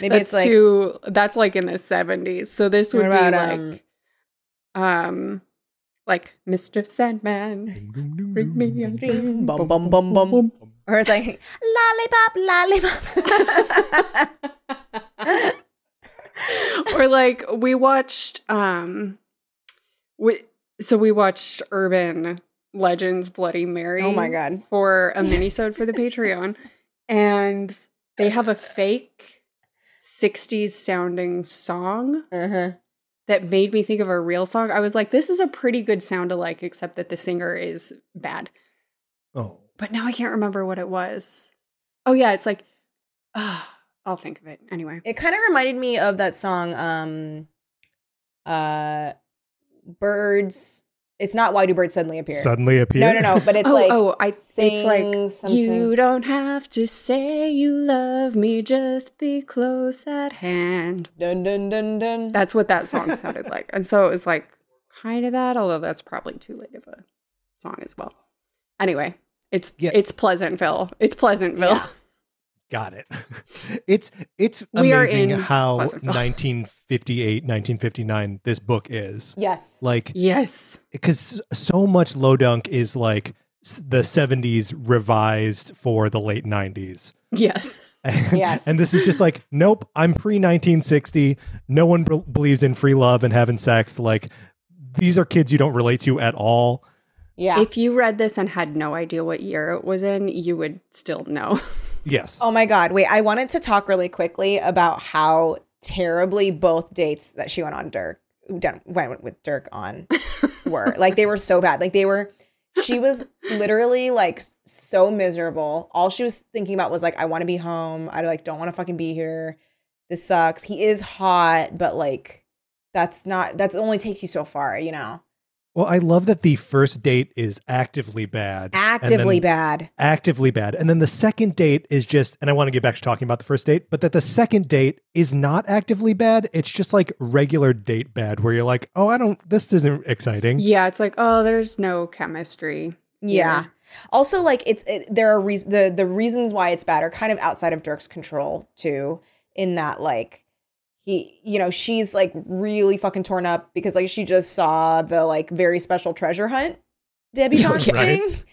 maybe it's
that's
like
too that's like in the 70s. So this would
What about,
be like um, like Mr. Sandman, bring me a dream.
bum bum bum bum or it's like lollipop lollipop
or like we watched um we so we watched urban legends bloody mary
Oh my God.
for a minisode for the patreon and they have a fake 60s sounding song
uh-huh.
that made me think of a real song i was like this is a pretty good sound alike except that the singer is bad
Oh,
but now i can't remember what it was oh yeah it's like ah, i'll think of it anyway
It kind of reminded me of that song, um, uh, birds. It's not why do birds suddenly appear?
suddenly appear.
no, no, no. But it's
oh,
like
oh, I
sing
it's like
something.
you don't have to say you love me, just be close at hand.
dun dun dun dun.
That's what that song sounded like, and so it was like kind of that, although that's probably too late of a song as well. Anyway, it's
Yeah.
it's Pleasantville. It's Pleasantville.
Got it. It's it's
We are
amazing
in
how
Pleasantville.
1958, 1959 this book is.
yes.
Like
yes,
cuz so much low dunk is like s- the 70s revised for the late 90s.
yes.
And,
Yes.
and this is just like nope, I'm pre-1960. No one bel- believes in free love and having sex like these are kids you don't relate to at all.
Yeah.
If you read this and had no idea what year it was in, you would still know.
Yes.
oh my god. Wait, I wanted to talk really quickly about how terribly both dates that she went on Dirk done went with Dirk on were. like they were so bad. Like they were she was literally like s- so miserable. All she was thinking about was like I want to be home. I like don't want to fucking be here. This sucks. He is hot, but like that's not that's only takes you so far, you know.
Well, I love that the first date is actively bad. and then-
Actively bad.
Actively bad. And then the second date is just, and I want to get back to talking about the first date, but that the second date is not actively bad. It's just like regular date bad where you're like, oh, I don't, this isn't exciting.
Yeah, it's like, oh, there's no chemistry.
Yeah.
Yeah.
Also, like it's it, there are reas the the reasons why it's bad are kind of outside of Dirk's control too. In that, like he, you know, she's like really fucking torn up because like she just saw the like very special treasure hunt debutante
Yeah, right.
thing,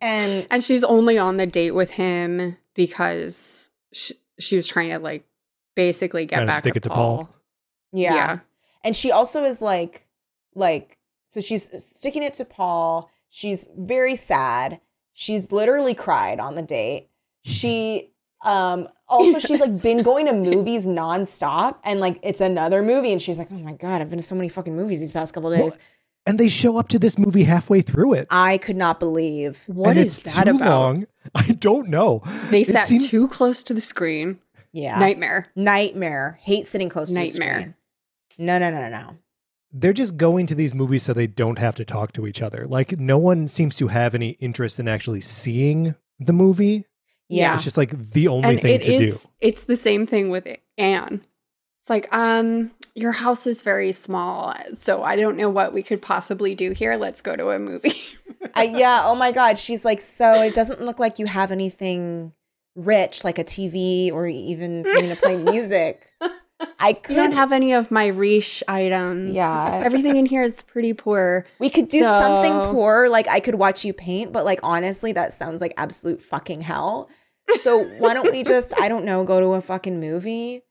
and
And she's only on the date with him because she, she was trying to like basically get
Trying to
back
stick
at
it to Paul.
yeah. and she also is like, like so she's sticking it to Paul. She's very sad. She's literally cried on the date. She um also she's like been going to movies nonstop and like it's another movie and she's like, "Oh my god, I've been to so many fucking movies these past couple days.
Well, and they show up to this movie halfway through it.
I could not believe."
Uh, What
and
is
it's
that
too
about?
long. I don't know.
They
It
sat
seemed-
too close to the screen.
Yeah.
Nightmare.
Nightmare. Hate sitting close
Nightmare.
to the screen. No, no, no, no, no.
They're just going to these movies so they don't have to talk to each other. Like, no one seems to have any interest in actually seeing the movie.
Yeah.
It's just like the only
and
thing
it
to
is.
do.
It's the same thing with Anne. It's like, um, your house is very small, so I don't know what we could possibly do here. Let's go to a movie.
I, yeah. Oh my God. She's like, so it doesn't look like you have anything rich, like a TV or even something to play music. I could
You don't have any of my riche items.
Yeah.
Everything in here is pretty poor.
We could do something
So-
poor. Like I could watch you paint, but like honestly, that sounds like absolute fucking hell. So why don't we just, I don't know, go to a fucking movie?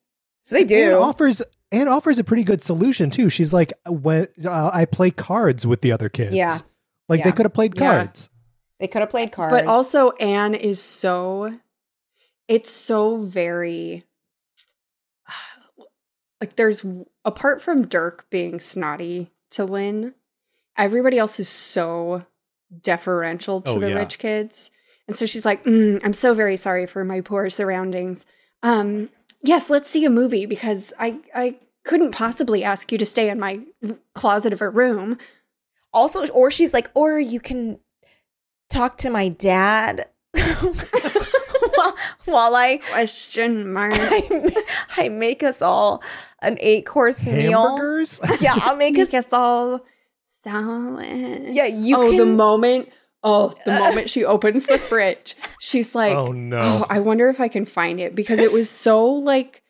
So they
Anne
do.
offers Anne offers a pretty good solution too. She's like, when uh, I play cards with the other kids.
Yeah.
Like
Yeah.
they could have played
Yeah.
cards.
They could have played cards.
But also, Anne is so, it's so very, like, there's, apart from Dirk being snotty to Lynn, everybody else is so deferential to
Oh,
the
yeah.
rich kids. And so she's like, mm, I'm so very sorry for my poor surroundings. Um, yes, let's see a movie because I, I, couldn't possibly ask you to stay in my closet of a room.
also, or she's like, or you can talk to my dad while, while I
Question mark.
I, ma- I make us all an eight course meal.
Hamburgers?
Yeah, I'll make us.
make us all solid.
Yeah, you
oh,
can. Uh,
the moment. Oh, the moment she opens the fridge, she's like,
oh no.
"Oh, I wonder if I can find it because it was so like,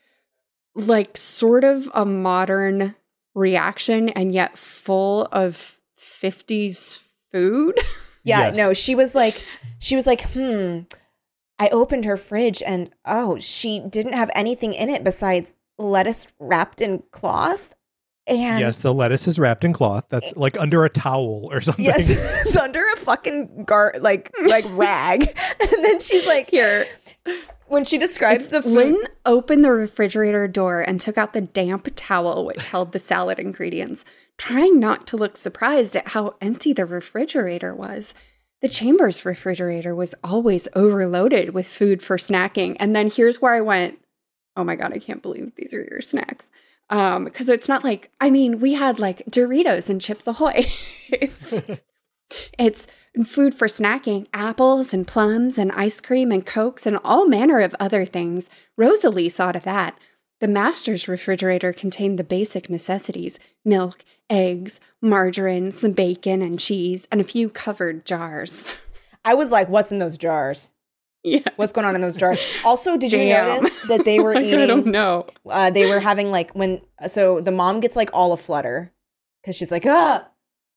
like sort of a modern reaction and yet full of fifties food."
yeah,
Yes.
no, she was like, she was like, hmm. I opened her fridge and oh, she didn't have anything in it besides lettuce wrapped in cloth. And
yes, the lettuce is wrapped in cloth. That's like under a towel or something.
yes, it's under a fucking gar like like rag. And then she's like, here. When she describes the food,
Lynn opened the refrigerator door and took out the damp towel which held the salad ingredients, trying not to look surprised at how empty the refrigerator was. The chamber's refrigerator was always overloaded with food for snacking. And then here's where I went, oh my God, I can't believe these are your snacks. Um, because it's not like, I mean, we had like Doritos and Chips Ahoy. it's, it's food for snacking, apples and plums and ice cream and cokes and all manner of other things. Rosalie saw to that. The master's refrigerator contained the basic necessities milk, eggs, margarine, some bacon and cheese, and a few covered jars.
I was like, what's in those jars?
Yeah.
What's going on in those jars? Also, did you
Jam.
notice that they were eating?
I don't know.
uh, they were having like when so the mom gets like all aflutter because she's like ah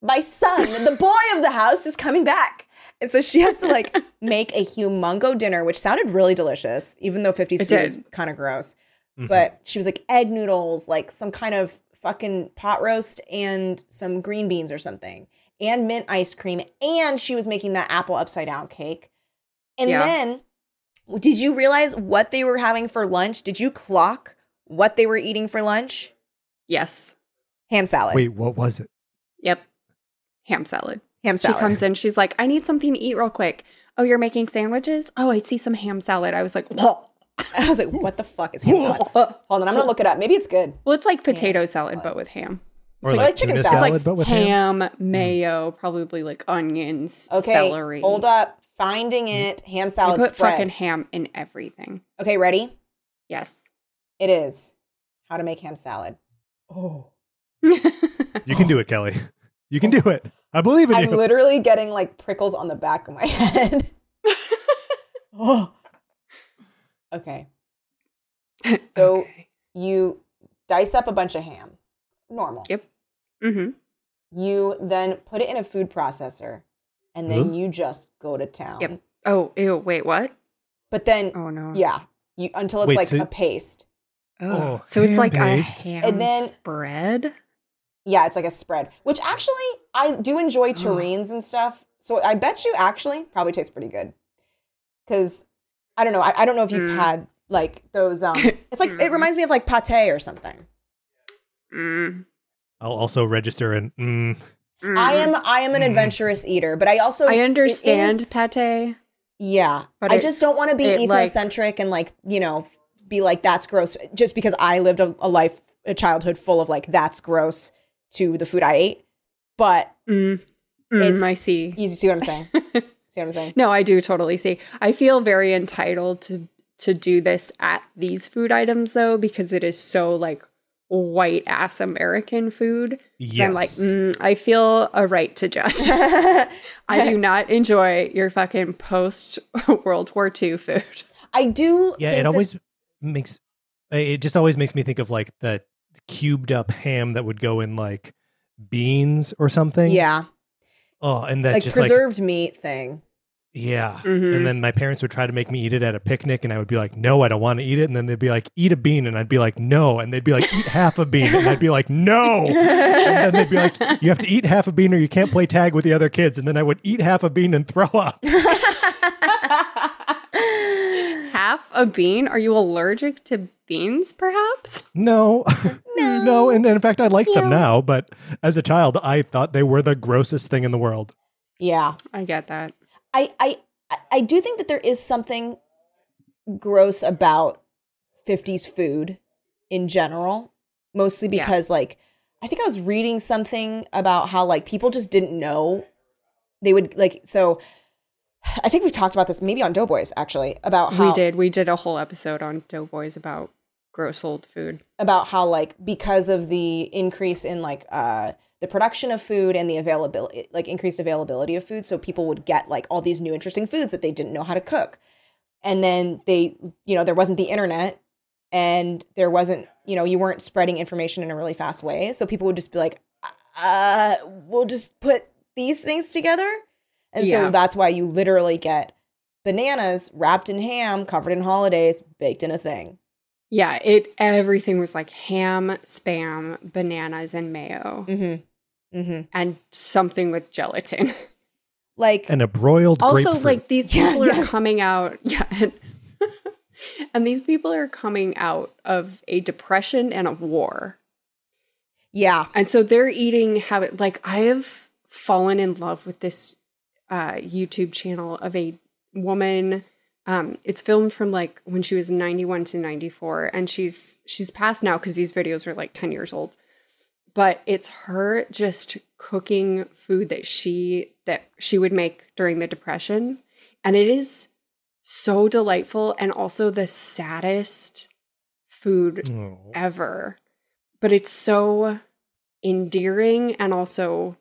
my son the boy of the house is coming back and so she has to like make a humongo dinner which sounded really delicious even though 50s
It
food is
did.
kind of gross
Mhm.
Mm-hmm.
but she was like egg noodles like some kind of fucking pot roast and some green beans or something and mint ice cream and she was making that apple upside down cake and
Yeah.
then did you realize what they were having for lunch did you clock what they were eating for lunch
Yes.
ham salad
Wait, what was it?
Yep. Ham salad.
ham
She
salad
comes in, she's like, I need something to eat real quick. Oh, you're making sandwiches? Oh, I see some ham salad. I was like, whoa.
i was like what the fuck is ham salad hold on i'm gonna look it up maybe it's good
Well, it's like potato salad, but with ham.
Or
like
like,
chicken
tuna
salad. It's
salad,
like
but with ham. Mm.
ham, mayo, probably like onions,
Okay,
celery.
hold up. Finding it. Ham
I
salad
put
spread.
fucking ham in everything.
okay, ready?
Yes.
It is how to make ham salad. Oh.
You can do it, Kelly. You can do it. I believe in
I'm
you.
literally getting like prickles on the back of my head. oh. Okay. So- You dice up a bunch of ham. Normal.
Yep. hmm
You then put it in a food processor and then
Ugh.
you just go to town.
Yep. Oh, ew. Wait, what?
But then
Oh no.
yeah, you until it's
Wait,
like
so-
a paste.
Oh,
so it's like
ham-based.
a ham
And then-
spread.
Yeah, it's like a spread, which actually I do enjoy
Ugh.
terrines and stuff. So I bet you actually probably tastes pretty good. Cause I don't know. I, I don't know if you've
Mm.
had like those. Um, it's like, it reminds me of like pate or something.
Mm,
I'll also register and mm,
mm.
I am, I am an
Mm.
adventurous eater, but I also,
I
it is-
understand pate.
yeah.
But
I
it-
just don't want to be
it, like-
ethnocentric and like, you know, f- be like, that's gross. Just because I lived a, a life, a childhood full of like, that's gross to the food I ate. But
Mm,
It's-
mm, I see.
you see what I'm saying? see what I'm saying?
No, I do totally see. I feel very entitled to to do this at these food items though, because it is so like white ass American food. And
yes.
I'm like, mm, I feel a right to judge. I do not enjoy your fucking post World War II food.
I do.
yeah,
think
it
that-
always makes uh, it just always makes me think of like the cubed up ham that would go in like beans or something.
yeah,
Oh, and that
like Mm-hmm.
just like
preserved meat thing.
yeah.
Mhm.
And then my parents would try to make me eat it at a picnic, and I would be like, "No, I don't want to eat it." And then they'd be like, "Eat a bean," and I'd be like, "No." And they'd be like, "Eat half a bean," and I'd be like, "No." and then they'd be like, "You have to eat half a bean, or you can't play tag with the other kids." And then I would eat half a bean and throw up.
Half a bean? Are you allergic to beans, perhaps?
No, no, and, and in fact, I like them now. But as a child, I thought they were the grossest thing in the world.
Yeah,
I get that.
I, I, I- I do think that there is something gross about '50s food in general, mostly
Yeah.
because like I think I was reading something about how like people just didn't know they would like so. I think we've talked about this maybe on Doughboys actually about how
We did. We did a whole episode on Doughboys about gross old food.
about how like because of the increase in like uh the production of food and the availability like increased availability of food so people would get like all these new interesting foods that they didn't know how to cook and then they you know there wasn't the internet and there wasn't you know you weren't spreading information in a really fast way so people would just be like uh we'll just put these things together and so
Yeah.
that's why you literally get bananas wrapped in ham covered in holidays baked in a thing
Yeah, it everything was like ham, spam, bananas, and mayo,
mm-hmm mm-hmm
and something with gelatin.
like
And a broiled
also,
grapefruit.
like these
Yeah,
people are
yes.
coming out. Yeah. And, and these people are coming out of a depression and a war.
Yeah.
And so they're eating habit. Like I have fallen in love with this uh, YouTube channel of a woman. Um, it's filmed from like when she was 91 to 94, and she's she's passed now because these videos are like 10 years old. But it's her just cooking food that she that she would make during the depression, and it is so delightful and also the saddest food
Oh.
ever. But it's so endearing and also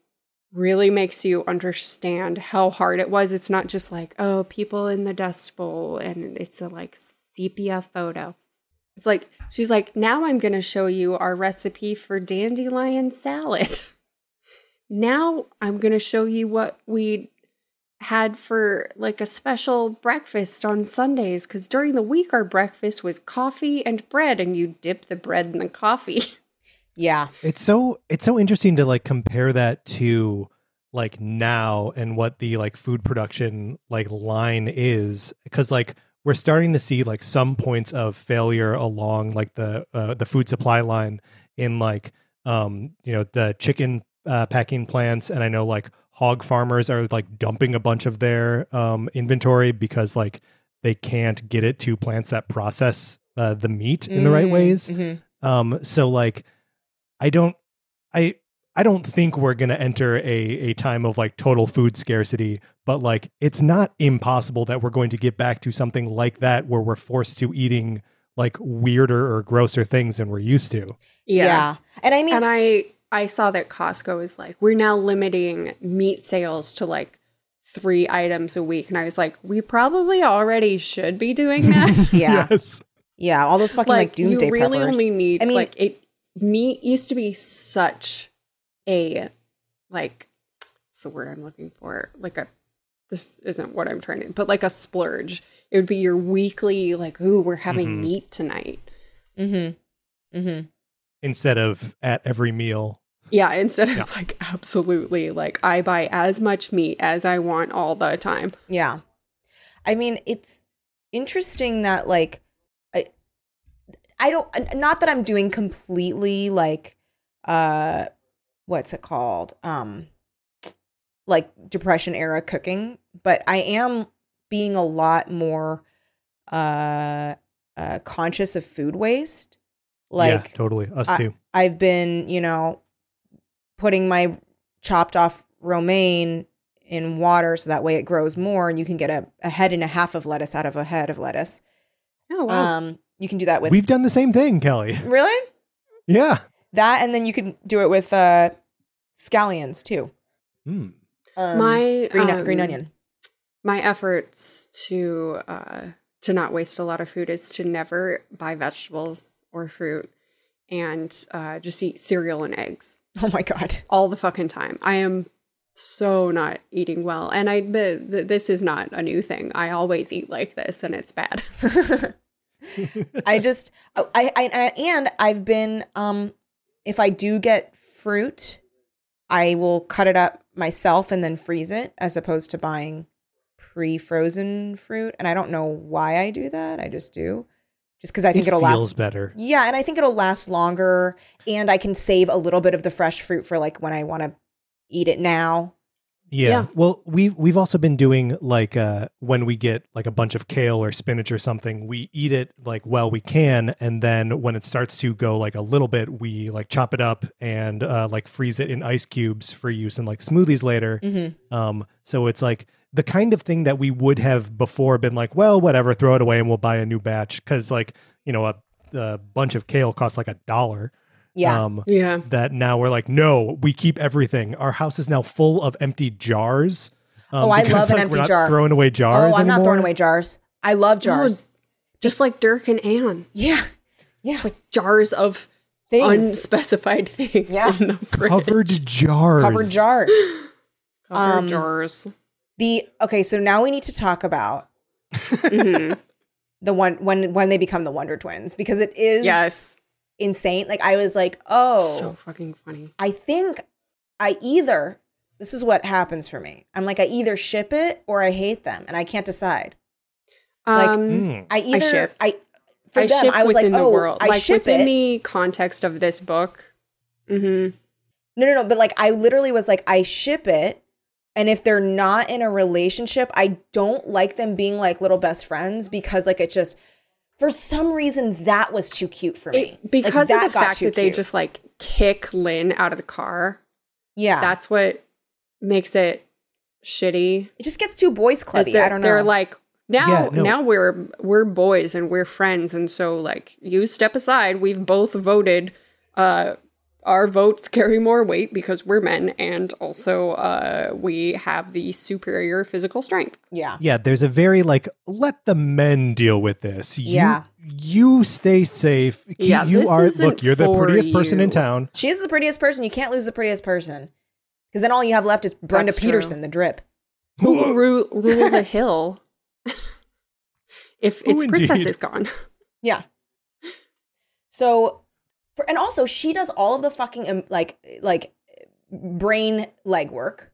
really makes you understand how hard it was. It's not just like, oh, people in the Dust Bowl and it's a like sepia photo. It's like, she's like, now I'm going to show you our recipe for dandelion salad. now I'm going to show you what we had for like a special breakfast on Sundays because during the week our breakfast was coffee and bread, and you dip the bread in the coffee.
Yeah.
It's so it's so interesting to like compare that to like now and what the like food production like line is because like we're starting to see like some points of failure along like the uh, the food supply line in like um you know the chicken uh, packing plants and I know like hog farmers are like dumping a bunch of their um inventory because like they can't get it to plants that process
Mm. Mm-hmm.
uh, the meat in the right ways um so like i don't i I don't think we're going to enter a, a time of like total food scarcity, but like it's not impossible that we're going to get back to something like that where we're forced to eating like weirder or grosser things than we're used to.
Yeah. And I mean,
And I I saw that Costco is like, we're now limiting meat sales to like three items a week. And I was like, we probably already should be doing that.
yeah.
Yes.
Yeah. All those fucking like, doomsday
you really
preppers.
only need
I mean-
like it meat used to be such a like what's the word I'm looking for? Like a this isn't what I'm trying to but like a splurge. It would be your weekly like, ooh, we're having
Mhm.
meat tonight.
mm-hmm. Mm-hmm.
Instead of at every meal.
Yeah, instead of
Yeah.
like absolutely like I buy as much meat as I want all the time.
Yeah. I mean, it's interesting that like I I don't n- not that I'm doing completely like uh what's it called? Um like depression era cooking, but I am being a lot more uh uh conscious of food waste.
yeah,
Like
totally. Us too.
I've been, you know, putting my chopped off romaine in water so that way it grows more and you can get a, a head and a half of lettuce out of a head of lettuce.
Oh wow.
Um, you can do that with
We've done the same thing, Kelly.
really
Yeah.
that, and then you can do it with uh, scallions too.
Mm.
Um,
my
green green
um,
onion.
My efforts to uh to not waste a lot of food is to never buy vegetables or fruit and uh just eat cereal and eggs
Oh my god.
all the fucking time. I am so not eating well and I admit that this is not a new thing. I always eat like this and it's bad.
I just I, I I and I've been um if I do get fruit, I will cut it up myself and then freeze it as opposed to buying pre-frozen fruit and I don't know why I do that. I just do. Just cuz I think
it
it will
feels
last
better.
Yeah, and I think it'll last longer and I can save a little bit of the fresh fruit for like when I want to eat it now.
Yeah.
Yeah.
Well, we've we've also been doing like uh when we get like a bunch of kale or spinach or something, we eat it like while we can, and then when it starts to go like a little bit, we like chop it up and uh like freeze it in ice cubes for use in like smoothies later.
Mhm.
Um so it's like the kind of thing that we would have before been like, well, whatever, throw it away and we'll buy a new batch cuz like, you know, a, a bunch of kale costs like a dollar.
Yeah.
Um
Yeah.
that now we're like, no, we keep everything. Our house is now full of empty jars. Um,
Oh, I
because,
love an
like,
empty
we're not
jar.
Throwing away
oh,
jars.
I'm not throwing
anymore.
away jars. I
Oh,
love jars.
Just like Dirk and Anne.
Yeah. Yeah.
It's like jars of
Things.
unspecified things
Yeah.
in the fridge.
covered jars.
Covered jars.
Covered
um,
jars.
The okay, so now we need to talk about
Mhm.
the one when when they become the Wonder Twins because it is
Yes.
insane. Like I was like, oh,
So fucking funny.
I think I either this is what happens for me. I'm like I either ship it or I hate them, and I can't decide. Like,
Um,
Mm.
I either I
ship.
for
I
them
ship
I was like,
within
oh,
the world.
I
like
ship
within
it.
the context of this book. Mm-hmm.
no, no, no. But like I literally was like, I ship it. And if they're not in a relationship, I don't like them being like little best friends because like it just for some reason that was too cute for me. Like,
because
that
of the
got
fact
too
that they
cute.
just like kick Lynn out of the car.
yeah,
That's what makes it shitty.
it just gets too boys
Is
clubby.
that
I don't know.
They're like now,
Yeah, no.
now we're we're boys and we're friends, and so like you step aside. We've both voted. Uh, our votes carry more weight because we're men, and also uh, we have the superior physical strength.
yeah,
Yeah, there's a very like let the men deal with this. You,
Yeah.
you stay safe. Ke-
Yeah,
you
this
are
isn't
look. You're the
for
prettiest person in
you.
town.
she is the prettiest person. You can't lose the prettiest person because then all you have left is Brenda
That's true.
Peterson, the drip.
Who will rule, rule the hill if
Who
its princess
indeed?
is gone?
Yeah. So, for, and also she does all of the fucking um, like like brain legwork.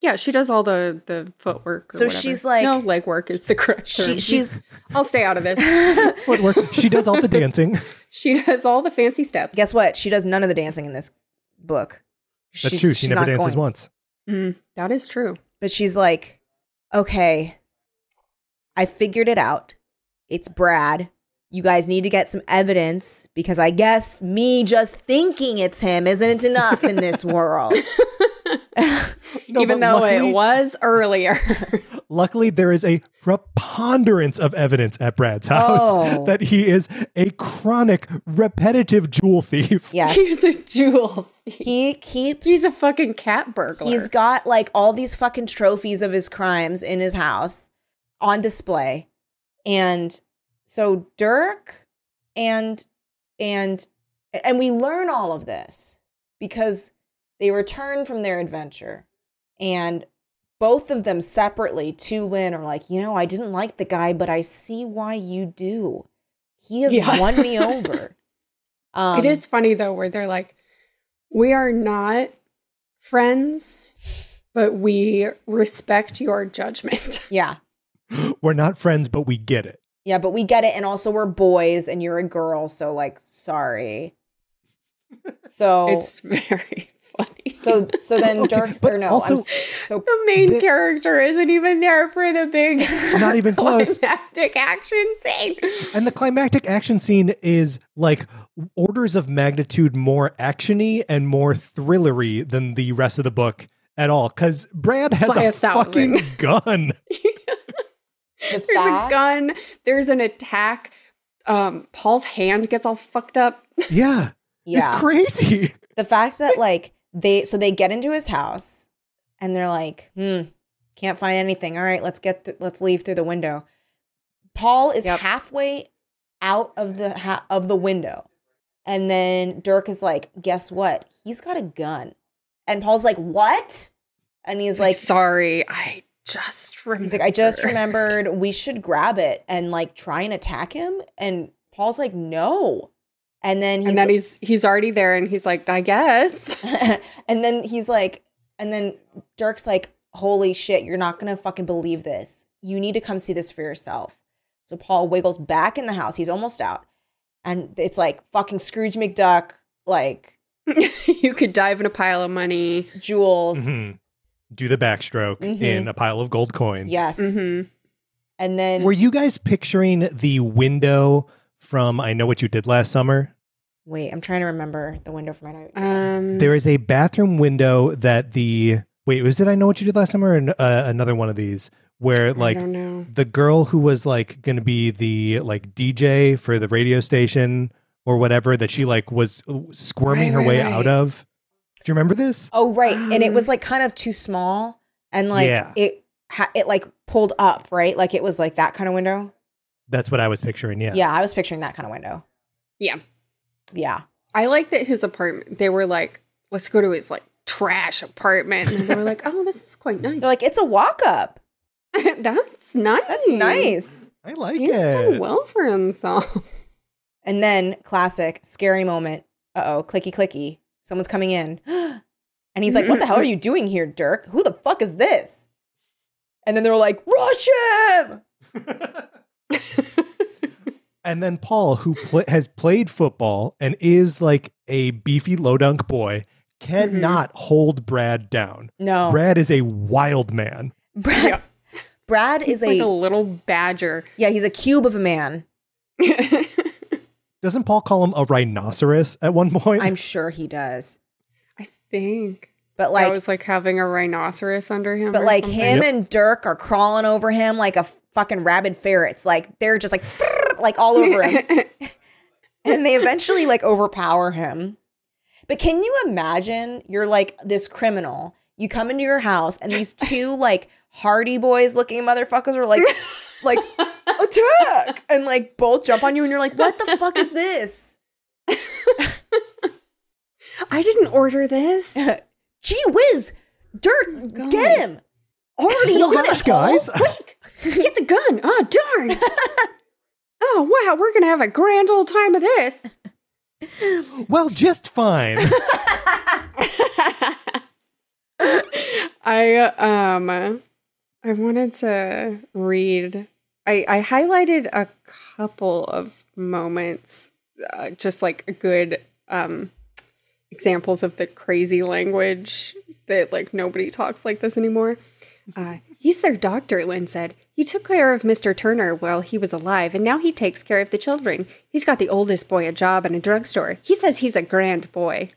Yeah, she does all the the footwork. Or
So
whatever.
she's like-
no legwork is the correct term.
She, she's
I'll stay out of it.
Footwork. she does all the dancing.
she does all the fancy steps.
guess what? She does none of the dancing in this book.
That's
She's-
true. She
she's
never
not
dances
going.
once.
Mm, that is true.
But she's like, okay, I figured it out. It's Brad. you guys need to get some evidence because I guess me just thinking it's him isn't enough in this world.
No,
Even
but
though
luckily-
it was earlier.
Luckily, there is a preponderance of evidence at Brad's house
Oh.
that he is a chronic, repetitive jewel thief.
Yes.
He's a jewel.
He keeps
He's a fucking cat burglar.
He's got like all these fucking trophies of his crimes in his house on display. And so Dirk and and and we learn all of this because they return from their adventure and both of them separately to Lynn are like, you know, I didn't like the guy, but I see why you do. He has
Yeah.
won me over. Um,
it is funny though, where they're like, we are not friends, but we respect your judgment.
Yeah.
We're not friends, but we get it.
Yeah, but we get it. And also, we're boys and you're a girl. So, like, sorry. So,
It's very funny.
so, so then
Okay,
Dirk's,
but
or no,
also-
I'm, s- so
the main
Thi-
character isn't even there for the big
Not even close.
climactic action scene.
And the climactic action scene is like orders of magnitude more actiony and more thrillery than the rest of the book at all. Because Brad has
By
a,
a thousand.
fucking gun.
the
There's a
fact,
gun. There's an attack. Um, Paul's hand gets all fucked up.
Yeah,
yeah,
it's crazy.
the fact that, like, they, so they get into his house and they're like, hmm, can't find anything. All right, let's get, th- let's leave through the window. Paul is
Yep.
halfway out of the, ha- of the window. And then Dirk is like, guess what? He's got a gun. And Paul's like, what? And he's like,
sorry, I just remember.
He's like, I just remembered we should grab it and like try and attack him. And Paul's like, no. And then he's
and then he's he's already there, and he's like, I guess.
and then he's like, and then Dirk's like, holy shit, you're not gonna fucking believe this. You need to come see this for yourself. So Paul wiggles back in the house. He's almost out. And it's like fucking Scrooge McDuck, like
you could dive in a pile of money.
s- jewels.
Mhm. Do the backstroke
Mhm.
in a pile of gold coins.
Yes.
hmm
And then
Were you guys picturing the window from I Know What You Did Last Summer?
wait, I'm trying to remember the window from my notes.
Um,
There is a bathroom window that the wait was it I Know What You Did Last Summer or an- uh, another one of these where like
I don't know.
the girl who was like going to be the like DJ for the radio station or whatever that she like was squirming
Right,
her
right,
way
right.
out of. Do you remember this?
Oh right, and it was
Um,
like kind of too small, and like
Ah. Yeah.
it ha- it like pulled up, right? Like it was like that kind of window.
That's what I was picturing. Yeah.
Yeah, I was picturing that kind of window.
Yeah.
yeah,
I like that his apartment. They were like, let's go to his like trash apartment, and they were like, oh, this is quite nice.
they're like it's a walk up.
That's nice.
That's nice.
I like
He's
it.
done well for himself.
And then classic scary moment. Uh oh, clicky clicky. Someone's coming in, and he's like, "What the hell are you doing here, Dirk? Who the fuck is this?" And then they're like, "Rush him!"
and then Paul, who pl- has played football and is like a beefy low dunk boy, cannot hold Brad down.
No, Brad.
Brad is a wild man.
Brad,
Yeah.
is
like
a,
a little badger.
yeah. He's a cube of a man.
I
Doesn't Paul call him a rhinoceros at one point?
I'm sure he does,
think
but
I
like
was like having a rhinoceros under him,
But
or
like
something.
him
Yep.
and Dirk are crawling over him like a fucking rabid ferrets. Like they're just like like all over him, and they eventually like overpower him. But can you imagine? You're like this criminal. You come into your house, and these two like Hardy Boys looking motherfuckers are like like attack, and like both jump on you, and you're like, what the fuck is this?
I didn't order this.
Gee whiz, Dirk,
God.
get him! Hardy,
Oh my
get
gosh,
him, Paul.
guys.
Get the gun. Oh, darn. oh, wow. We're going to have a grand old time of this.
well, just fine.
I, um, I wanted to read, I, I highlighted a couple of moments, uh, just like good, um, examples of the crazy language that like nobody talks like this anymore. Uh, he's their doctor, Lynn said. He took care of Mr. Turner while he was alive, and now he takes care of the children. He's got the oldest boy a job in a drugstore. He says he's a grand boy.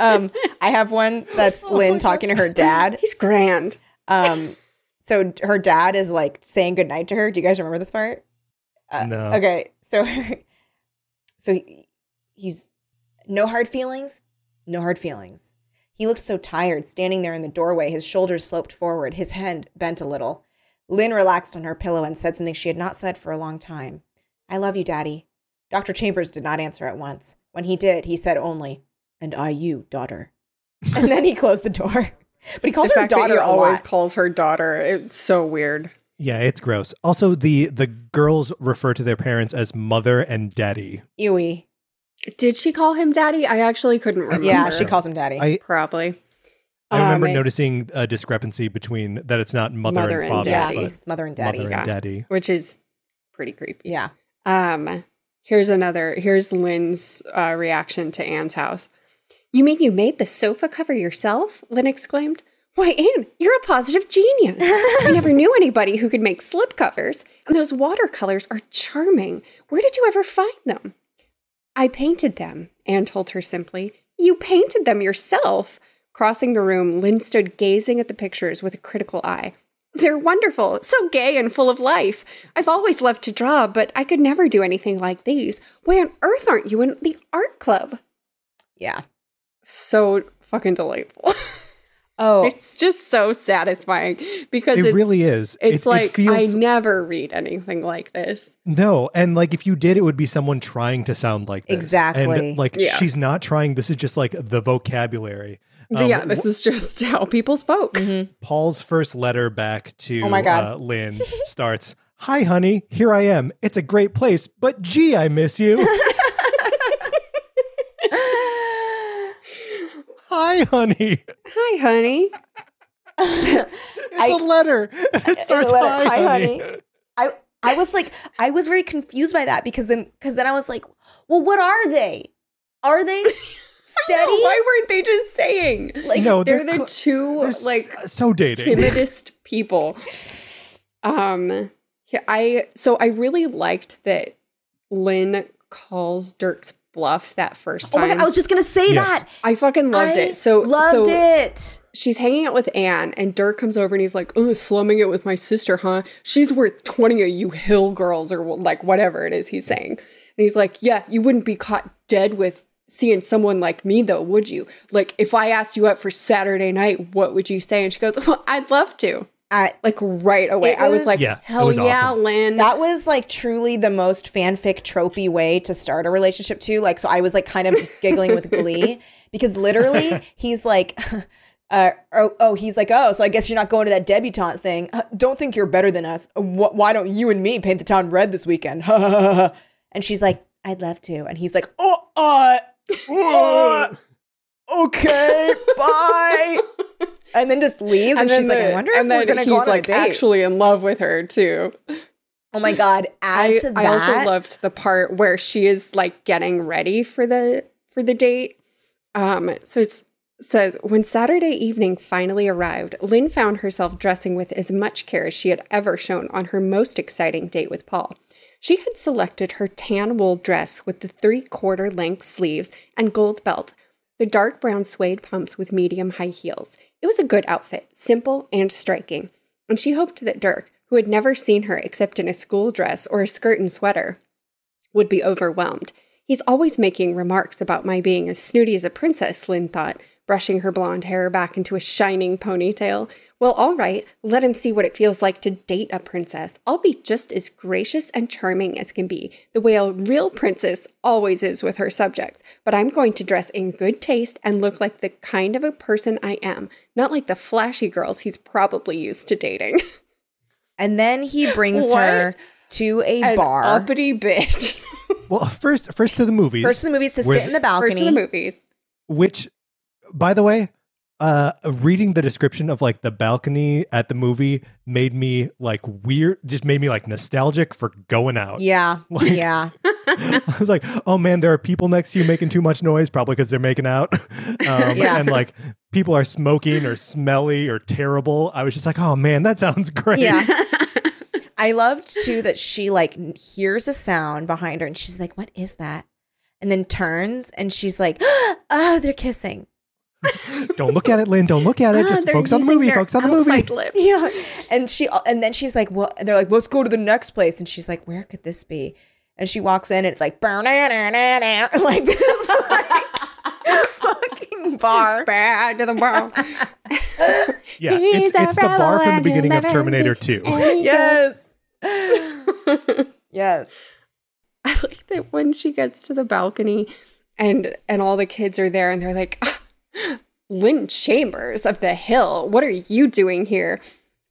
Um, I have one that's Lynn talking to her dad.
He's grand.
Um, so her dad is like saying goodnight to her. Do you guys remember this part? Uh,
no.
Uh-huh.
Okay, so so he, he's no hard feelings, no hard feelings. He looked so tired standing there in the doorway, his shoulders sloped forward, his head bent a little. Lynn relaxed on her pillow and said something she had not said for a long time. I love you, Daddy. Dr. Chambers did not answer at once. When he did, he said only, "And I you, daughter." and then he closed the door. But he calls
the
her
fact that
daughter
he
a
always
lot.
calls her daughter. It's so weird.
Yeah, it's gross. Also, the the girls refer to their parents as mother and daddy.
Ewy.
Did she call him daddy? I actually couldn't remember.
Uh, Yeah, she calls him daddy.
I
probably.
I remember
Um,
noticing a discrepancy between that it's not mother,
Mother
and
and
father,
yeah,
daddy.
but
it's mother and daddy.
mother
yeah.
and daddy.
which is pretty creepy.
yeah.
Um, here's another. Here's Lynn's uh, reaction to Anne's house. You mean you made the sofa cover yourself? Lynn exclaimed. Why, Anne, you're a positive genius. I never knew anybody who could make slip covers, and those watercolors are charming. Where did you ever find them? I painted them, Anne told her simply. You painted them yourself. Crossing the room, Lynn stood gazing at the pictures with a critical eye. They're wonderful, so gay and full of life. I've always loved to draw, but I could never do anything like these. Why on earth aren't you in the art club?
Yeah.
So fucking delightful.
Oh,
it's just so satisfying because
It
it's,
really is.
it's
It- it
like
feels-
I never read anything like this.
No, and like if you did, it would be someone trying to sound like this.
Exactly.
And like
Yeah.
she's not trying. This is just like the vocabulary. Um, Mm-hmm.
yeah, this is just how people spoke.
Paul's first letter back to
Oh my God.
Uh, Lynn starts. Hi, honey. Here I am. It's a great place, but gee, I miss you. Hi, honey.
Hi, honey.
I-
It's a letter. It starts.
letter.
Hi,
Hi,
honey.
honey. I I was like I was very confused by that because then because then I was like, well, what are they? Are they steady?
Why weren't they just saying?
like
no,
They're the
Oh, cl-
two
they're s- uh,
like
so dated.
timidest people. Um, yeah, I so I really liked that Lynn calls Dirk's bluff that first
oh
time.
my god, I was just gonna say
Yes.
that.
I fucking loved
I
it. So
loved
so
it.
she's hanging out with Anne, and Dirk comes over and he's like, "Oh, slumming it with my sister, huh? She's worth twenty of you hill girls, or wh- like whatever it is he's saying." And he's like, "Yeah, you wouldn't be caught dead with." Seeing someone like me, though, would you? Like, if I asked you out for Saturday night, what would you say? And she goes, well, I'd love to
I,
like right away.
It
I was
was-
like,
Yeah, it
hell
was
yeah,
awesome.
Lynn.
that was like truly the most fanfic tropey way to start a relationship too. Like so I was like kind of giggling with glee because literally he's like Uh, oh, oh, he's like, oh, so I guess you're not going to that debutante thing. Uh, don't think you're better than us. Uh, wh- why don't you and me paint the town red this weekend? and she's like, I'd love to. And he's like, oh, uh, uh, okay, bye. And then just leaves. And,
then
she's like, I
the-
wonder if
and
we're
then
going to go
he's,
on
like
a date.
actually in love with her too.
oh my God. Add
I,
to that.
I also loved the part where she is like getting ready for the for the date. Um, so it's says when Saturday evening finally arrived, Lynn found herself dressing with as much care as she had ever shown on her most exciting date with Paul. She had selected her tan wool dress with the three quarter length sleeves and gold belt, the dark brown suede pumps with medium high heels. It was a good outfit, simple and striking, and she hoped that Dirk, who had never seen her except in a school dress or a skirt and sweater, would be overwhelmed. He's always making remarks about my being as snooty as a princess, Lynn thought, brushing her blonde hair back into a shining ponytail. Well, all right, let him see what it feels like to date a princess. I'll be just as gracious and charming as can be, the way a real princess always is with her subjects. But I'm going to dress in good taste and look like the kind of a person I am, not like the flashy girls he's probably used to dating.
and then he brings
What?
her to a
An
bar.
uppity bitch.
well, uh, first, first to the movies.
First in the movies to
Where-
sit in the balcony.
First of the movies.
which by the way uh reading the description of like the balcony at the movie made me like weird just made me like nostalgic for going out
Yeah.
Like-
yeah.
i was like oh man there are people next to you making too much noise probably because they're making out um,
Yeah.
and like people are smoking or smelly or terrible. I was just like, oh man, that sounds great.
Yeah. I loved too that she like n- hears a sound behind her and she's like, "What is that?" And then turns and she's like, "Oh, they're kissing."
Don't look at it, Lynn. Don't look at it.
Ah,
Just
they're
focus on the
using
movie.
their
Focus on the movie.
outside lip.
Yeah. And she uh, and then she's like, "Well," and they're like, "Let's go to the next place." And she's like, "Where could this be?" And she walks in and it's like, "Ba-na-na-na-na," like this like, fucking bar.
Bad to the world.
Yeah, it's, it's the bar from the beginning of Terminator 2.
Yes. yes.
I like that when she gets to the balcony and and all the kids are there and they're like "Ah, Lynn Chambers of the Hill, what are you doing here?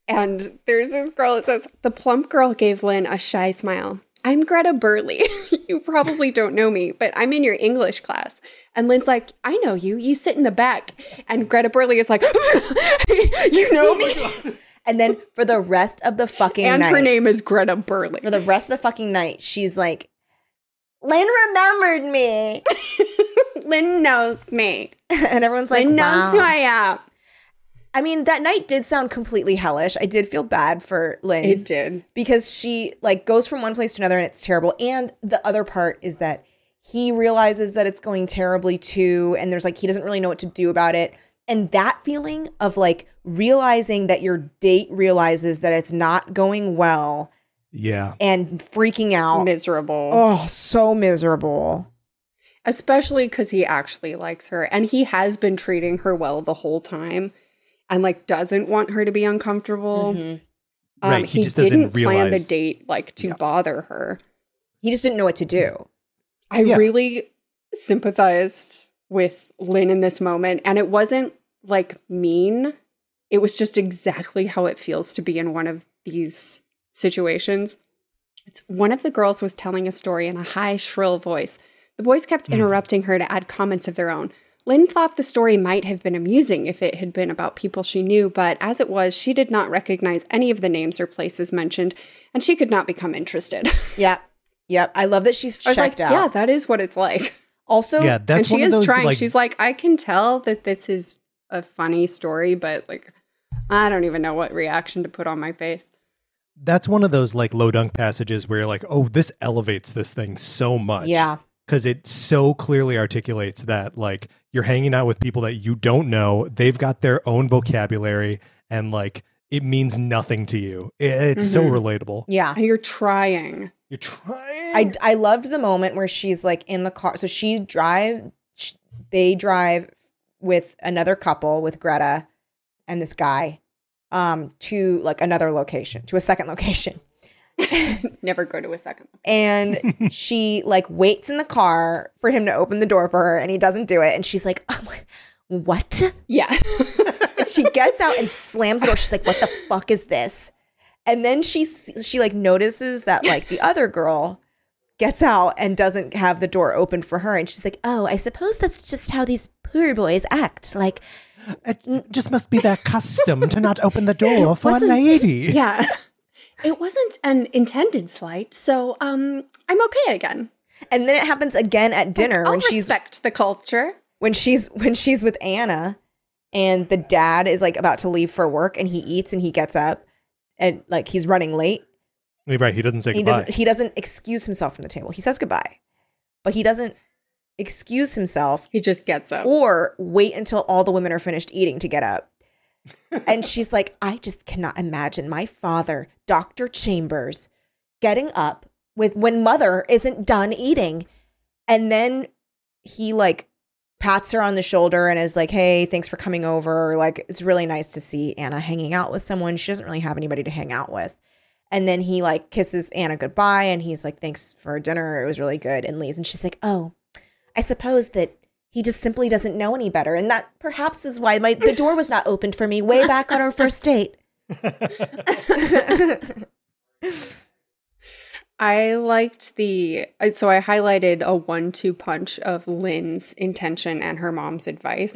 And there's this girl that says, The plump girl gave Lynn a shy smile. I'm Greta Burley. you probably don't know me, but I'm in your English class. And Lynn's like, I know you. You sit in the back. And Greta Burley is like, You know me.
And then for the rest of the fucking
and
night,
her name is Greta Burley.
for the rest of the fucking night, she's like, "Lynn remembered me,"
Lynn knows me.
and everyone's like,
Lynn
"Wow."
knows who I am.
I mean, that night did sound completely hellish. I did feel bad for Lynn
It did.
because she like goes from one place to another and it's terrible. And the other part is that he realizes that it's going terribly too and there's like he doesn't really know what to do about it. And that feeling of like realizing that your date realizes that it's not going well
Yeah.
and freaking out.
miserable.
Oh, so miserable.
Especially because he actually likes her and he has been treating her well the whole time and like doesn't want her to be uncomfortable. Um,
Mm-hmm. Right, he
He,
just doesn't
didn't plan the
realize-
date like to
Yeah.
bother her.
He just didn't know what to do.
I
Yeah.
really sympathized with Lynn in this moment and it wasn't like mean. It was just exactly how it feels to be in one of these situations. It's one of the girls was telling a story in a high, shrill voice. The boys
Mm-hmm.
kept interrupting her to add comments of their own. Lynn thought the story might have been amusing if it had been about people she knew, but as it was, she did not recognize any of the names or places mentioned, and she could not become interested.
Yep. Yep. I love that she's
I was
checked out.
like, yeah, that is what it's like.
Also,
Yeah, that's
and she
one of
is
those,
trying.
like-
She's like, I can tell that this is a funny story, but like, I don't even know what reaction to put on my face.
That's one of those like low dunk passages where you're like, oh, this elevates this thing so much.
yeah.
Because it so clearly articulates that like you're hanging out with people that you don't know. They've got their own vocabulary and like it means nothing to you. I- It's so
Mm-hmm.
Mhm.
relatable.
Yeah.
And you're trying.
You're trying.
I, I loved the moment where she's like in the car. So she drive, sh they drive with another couple with Greta and this guy um to like another location, to a second location.
Never go to a second.
And she like waits in the car for him to open the door for her and he doesn't do it and she's like, oh, "What?"
Yeah.
And she gets out and slams the door. She's like, "What the fuck is this?" And then she s- she like notices that like the other girl gets out and doesn't have the door open for her, and she's like, "Oh, I suppose that's just how these poor boys act. Like,
It just must be their custom to not open the door for a
Wasn't-
lady.
yeah. It wasn't an intended slight, so um, I'm okay again.
and then it happens again at dinner
I'll
when she's
oh, respect the culture.
when she's when she's with Anna, and the dad is like about to leave for work, and he eats and he gets up, and like he's running late,
Right. He doesn't say
he
goodbye.
doesn't he doesn't excuse himself from the table. He says goodbye, but he doesn't excuse himself
He just gets up.
or wait until all the women are finished eating to get up. and she's like, I just cannot imagine my father, Dr. Chambers, getting up with when mother isn't done eating. And then he like pats her on the shoulder and is like, Hey, thanks for coming over. Like, it's really nice to see Anna hanging out with someone. She doesn't really have anybody to hang out with. And then he like kisses Anna goodbye and he's like, Thanks for dinner. It was really good and leaves. And she's like, Oh, I suppose that he just simply doesn't know any better. And that perhaps is why my the door was not opened for me way back on our first date. Mm-hmm.
I liked the uh, so I highlighted a one-two punch of Lynn's intention and her mom's advice.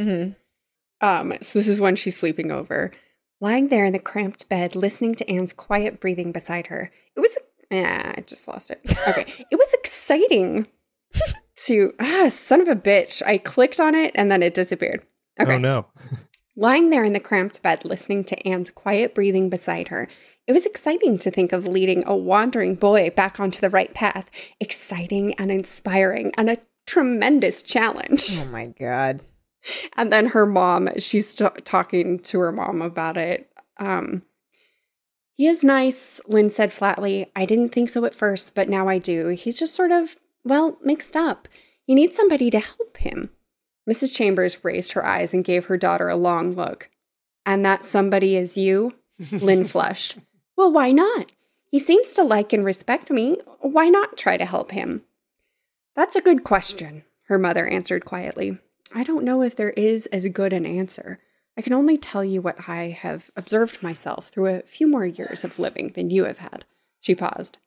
Um, so this is when she's sleeping over, lying there in the cramped bed, listening to Anne's quiet breathing beside her. It was, yeah, I just lost it. Okay, it was exciting to ah, son of a bitch. I clicked on it and then it disappeared. Okay,
Oh no.
Lying there in the cramped bed, listening to Anne's quiet breathing beside her, it was exciting to think of leading a wandering boy back onto the right path. Exciting and inspiring and a tremendous challenge.
Oh my God.
And then her mom, she's t- talking to her mom about it. Um, he is nice, Lynn said flatly. I didn't think so at first, but now I do. He's just sort of, well, mixed up. You need somebody to help him. Mrs. Chambers raised her eyes and gave her daughter a long look. And that somebody is you? Lynn flushed. Well, why not? He seems to like and respect me. Why not try to help him? That's a good question, her mother answered quietly. I don't know if there is as good an answer. I can only tell you what I have observed myself through a few more years of living than you have had. She paused.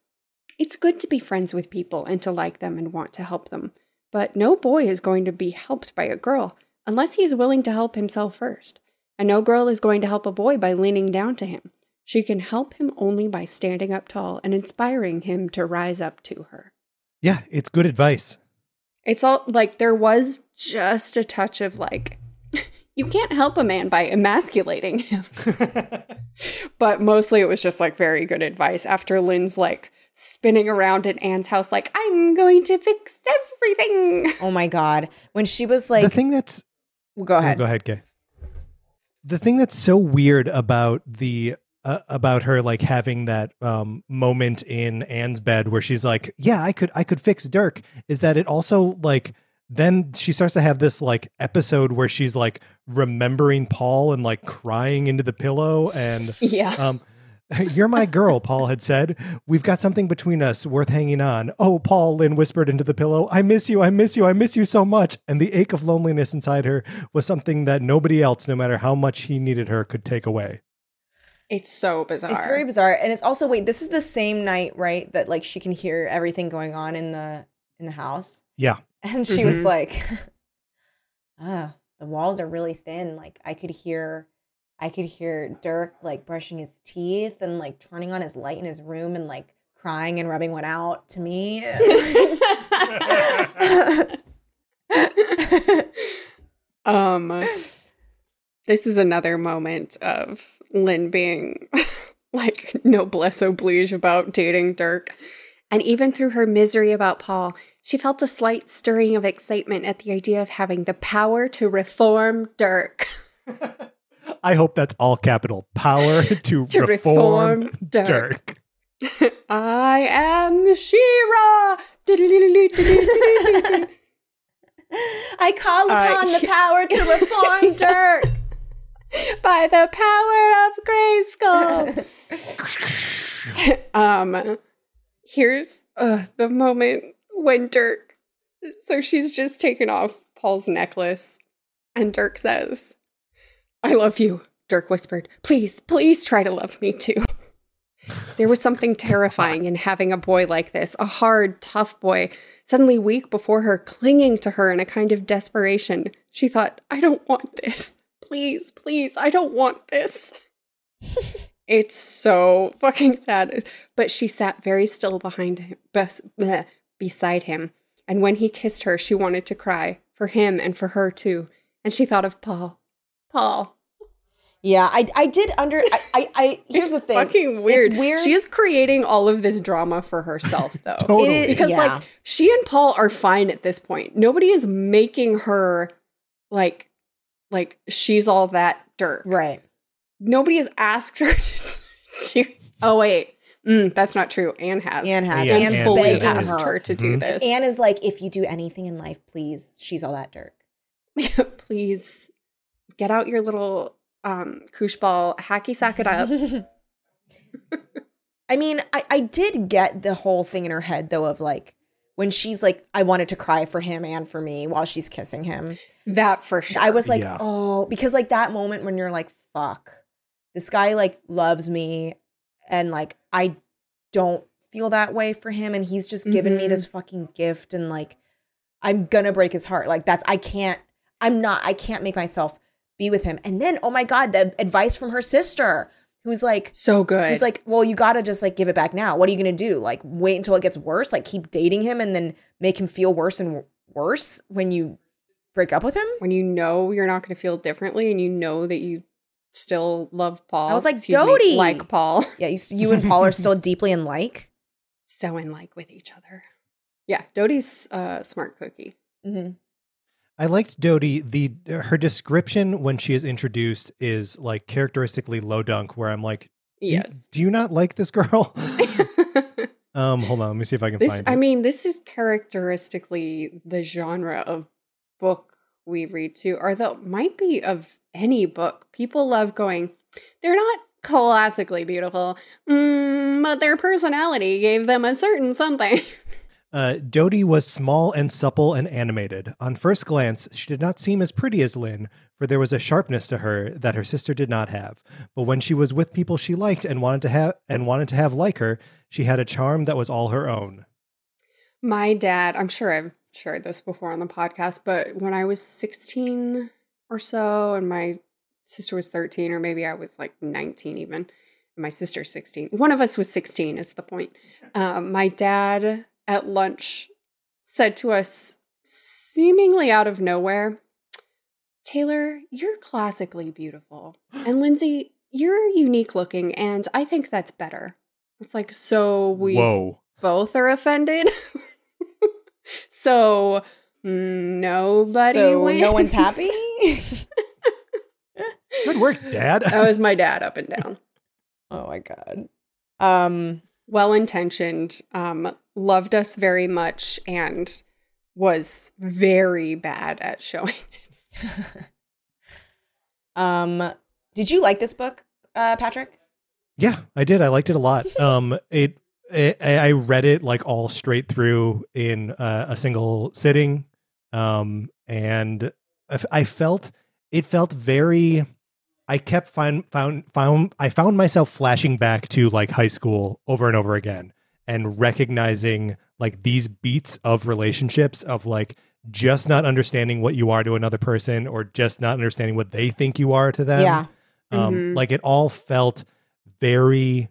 It's good to be friends with people and to like them and want to help them, but no boy is going to be helped by a girl unless he is willing to help himself first. And no girl is going to help a boy by leaning down to him. She can help him only by standing up tall and inspiring him to rise up to her.
Yeah, it's good advice.
It's all like there was just a touch of like, you can't help a man by emasculating him. but mostly it was just like very good advice after Lynn's like spinning around at Anne's house, like, I'm going to fix everything.
Oh my God. When she was like,
the thing that's
Well, go
No,
ahead.
Go ahead, Kay. The thing that's so weird about the uh, about her like having that um moment in Anne's bed where she's like, "Yeah, I could I could fix Dirk," is that it also like then she starts to have this like episode where she's like remembering Paul and like crying into the pillow and
Yeah.
um you're my girl, Paul had said. We've got something between us worth hanging on. Oh, Paul, Lynn whispered into the pillow. I miss you. I miss you. I miss you so much. And the ache of loneliness inside her was something that nobody else, no matter how much he needed her, could take away.
It's so bizarre.
It's very bizarre, and it's also wait. This is the same night, right? That like she can hear everything going on in the in the house,
Yeah.
and she was
Mhm.
like, "Ah, the walls are really thin. Like I could hear, I could hear Dirk like brushing his teeth and like turning on his light in his room and like crying and rubbing one out to me."
um this is another moment of Lynn being like noblesse oblige about dating Dirk. And even through her misery about Paul, she felt a slight stirring of excitement at the idea of having the power to reform Dirk.
I hope that's all capital power to,
To
reform,
reform, Dirk.
Dirk.
I am Shira.
I call
All right.
upon the power to reform Dirk.
by the power of Grayskull. um, here's uh, the moment when Dirk. So she's just taken off Paul's necklace, and Dirk says, "I love you." Dirk whispered, "Please, please try to love me too." There was something terrifying in having a boy like this, a hard, tough boy, suddenly weak before her, clinging to her in a kind of desperation. She thought, I don't want this please, please, I don't want this. it's so fucking sad. But she sat very still behind him, bes- bleh, beside him. And when he kissed her, she wanted to cry for him and for her too. And she thought of Paul. Paul.
Yeah, I I did under. I I, I here's the
It's
thing.
Fucking weird.
It's weird.
She is creating all of this drama for herself, though.
Totally.
It is-
because
Yeah.
like she and Paul are fine at this point. Nobody is making her like like she's all that dirt.
right.
nobody has asked her to. Oh wait, mm, that's not true. Anne has.
Anne has.
Yeah,
Anne's
Anne
fully
did.
asked
asked
her.
her to do
Mhm.
this.
Anne is like, if you do anything in life, please. She's all that Dirk.
please get out your little um koosh ball, hacky sack it up.
I mean, I, I did get the whole thing in her head though of like when she's like, I wanted to cry for him and for me while she's kissing him.
that for sure.
I was like,
Yeah.
oh, because like that moment when you're like, fuck, this guy like loves me and like I don't feel that way for him and he's just given me
Mhm.
this fucking gift and like I'm gonna break his heart. Like that's I can't I'm not I can't make myself be with him. And then oh my god, the advice from her sister who's like
so good.
who's like, well, you gotta just like give it back now. What are you gonna do? Like wait until it gets worse? Like keep dating him and then make him feel worse and w- worse when you break up with him?
When you know you're not going to feel differently and you know that you still love Paul.
I was like,
excuse me,
Dodie!
like Paul.
Yeah, you, you and Paul are still deeply in like.
So in like with each other. Yeah, Dodie's uh, smart cookie.
Mm-hmm.
I liked Dodie. The her description when she is introduced is like characteristically low dunk, where I'm like, do you-
Yes.
do you, not like this girl? um, hold on, let me see if I can
this
find.
I
it.
mean, this is characteristically the genre of book we read to, or that might be of any book. People love going, they're not classically beautiful, mm, but their personality gave them a certain something.
Uh, Dodie was small and supple and animated. On first glance, she did not seem as pretty as Lynn, for there was a sharpness to her that her sister did not have. But when she was with people she liked and wanted to have and wanted to have like her, she had a charm that was all her own.
My dad, I'm sure I've shared this before on the podcast, but when I was 16 or so and my sister was 13 or maybe I was like 19 even, and my sister 16. One of us was 16 is the point. Um, my dad at lunch said to us seemingly out of nowhere, "Taylor, you're classically beautiful. And Lindsay, you're unique looking and I think that's better." It's like so we
Whoa.
both are offended. so mm, nobody
so
wins.
no one's happy.
Good work, Dad.
that was my dad up and down.
oh my god. Um.
Well intentioned, um, loved us very much, and was very bad at showing.
um. Did you like this book, uh, Patrick?
Yeah, I did. I liked it a lot. Um, it, it I I read it like all straight through in uh, a single sitting. Um, and I f- I felt it felt very. I kept find found found I found myself flashing back to like high school over and over again and recognizing like these beats of relationships of like just not understanding what you are to another person or just not understanding what they think you are to them
yeah.
um
Mhm.
like it all felt very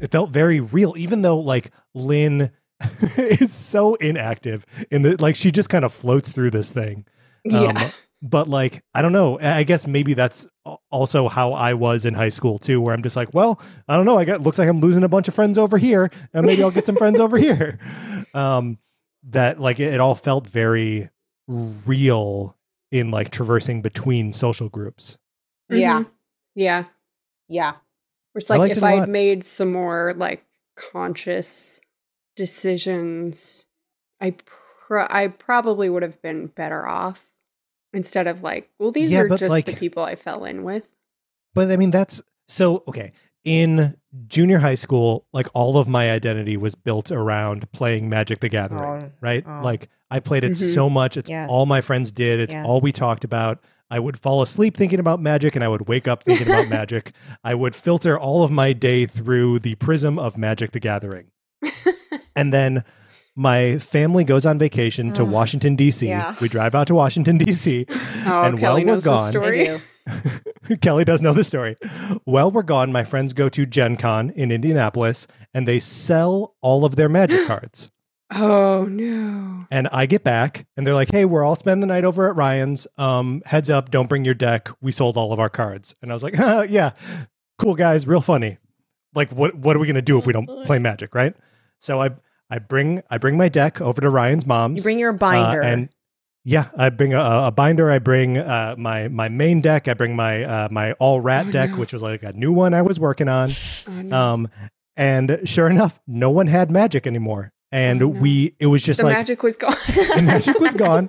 it felt very real even though like lynn is so inactive in the like she just kind of floats through this thing Um,
yeah,
but like i don't know i I guess maybe that's al- also how i was in high school too where i'm just like well i don't know i got looks like i'm losing a bunch of friends over here and maybe i'll get some friends over here um that like it, it all felt very real in like traversing between social groups
Yeah.
Mhm. yeah.
Yeah.
It's
I
like
liked
if
it a
I
lot.
had made some more like conscious decisions, I pro- I probably would have been better off instead of like, well, these
Yeah,
are
but,
just the
like-
people I fell in with.
But I mean, that's so okay. In junior high school, like all of my identity was built around playing Magic the Gathering,
Oh,
right?
oh. Mm-hmm.
Like I played it
Mhm.
so much. It's
Yes.
all my friends did, it's
Yes.
all we talked about. I would fall asleep thinking about magic and I would wake up thinking about magic. I would filter all of my day through the prism of Magic the Gathering. and then my family goes on vacation to
Ugh.
Washington, D.C.
Yeah.
We drive out to Washington, D.C.
Oh, Kelly
and while we're
knows the
gone,
story.
I do.
Kelly does know the story. While we're gone, my friends go to Gen Con in Indianapolis and they sell all of their magic cards.
Oh no.
And I get back and they're like, hey, we're all spending the night over at Ryan's. Um, heads up, don't bring your deck. We sold all of our cards. And I was like, yeah, cool guys, real funny. Like what what are we gonna do if we don't play magic, right? So I I bring I bring my deck over to Ryan's mom's.
You bring your
Uh,
binder.
and yeah, I bring a, a binder. I bring uh, my my main deck. I bring my uh, my all rat
Oh,
deck,
no.
which was like a new one I was working on.
Oh, no.
Um, and sure enough, no one had magic anymore, and
Oh, no.
we it was just
the
like
magic was gone.
the magic was gone.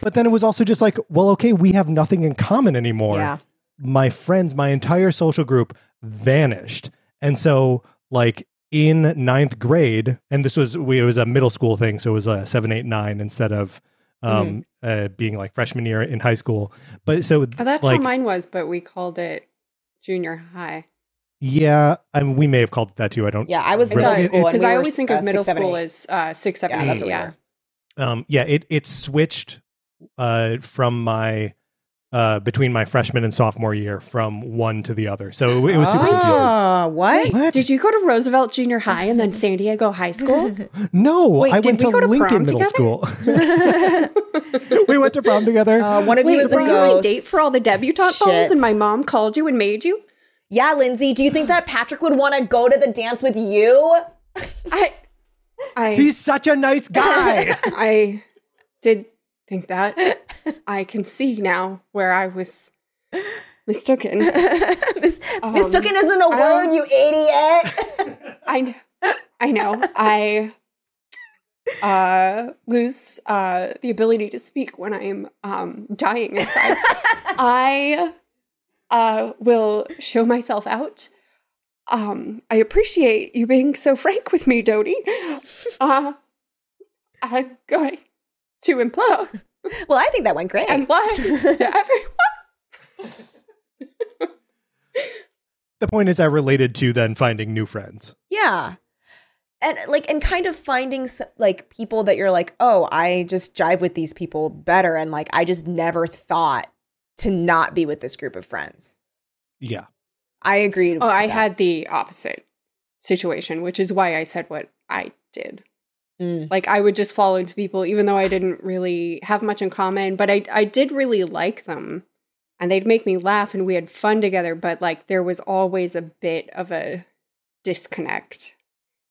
But then it was also just like, well, okay, we have nothing in common anymore
yeah.
my friends, my entire social group vanished. And so, like in ninth grade, and this was we, it was a middle school thing, so it was a seven, eight, nine instead of um uh, being like freshman year in high school. But so
Oh, that's
like
how mine was, but we called it junior high.
yeah, I mean, we may have called it that too. I don't.
Yeah. I was
Right.
middle
It-
school
it's-
Because
and we
I
were,
always think
uh,
of middle
six, seven,
school
eight.
as uh, six, seven,
yeah.
eight.
That's what we
yeah.
were.
Um. Yeah. It it switched uh from my. Uh, between my freshman and sophomore year, from one to the other, so it was super confusing.
Oh, what?
What?
Did you go to Roosevelt Junior High and then San Diego High School?
No,
Wait,
I
did
went
we
to
go to prom
Lincoln Middle
together?
School. went to prom together.
Uh, one of you
Wait,
is a
were you on
ghost.
date for all the debutante
Shit.
balls and my mom called you and made you?
yeah, Lindsay, do you think that Patrick would want to go to the dance with you?
I I
He's such a nice guy.
I did think that. I can see now where I was mistaken.
Mis-
Um,
mistaken isn't a
I-
word, you idiot.
I know. I know. I uh, lose uh, the ability to speak when I'm um, dying inside. I uh, will show myself out. Um, I appreciate you being so frank with me, Dodie. Uh, I'm going to implode
well, I think that went great.
and lie to everyone.
the point is, I related to then finding new friends.
Yeah. And like and kind of finding s- like people that you're like, "Oh, I just jive with these people better and like I just never thought to not be with this group of friends."
Yeah.
I agreed.
Oh,
with
I
that.
had the opposite situation, which is why I said what I did.
Mm.
like i would just fall into people even though i didn't really have much in common but i i did really like them and they'd make me laugh and we had fun together but like there was always a bit of a disconnect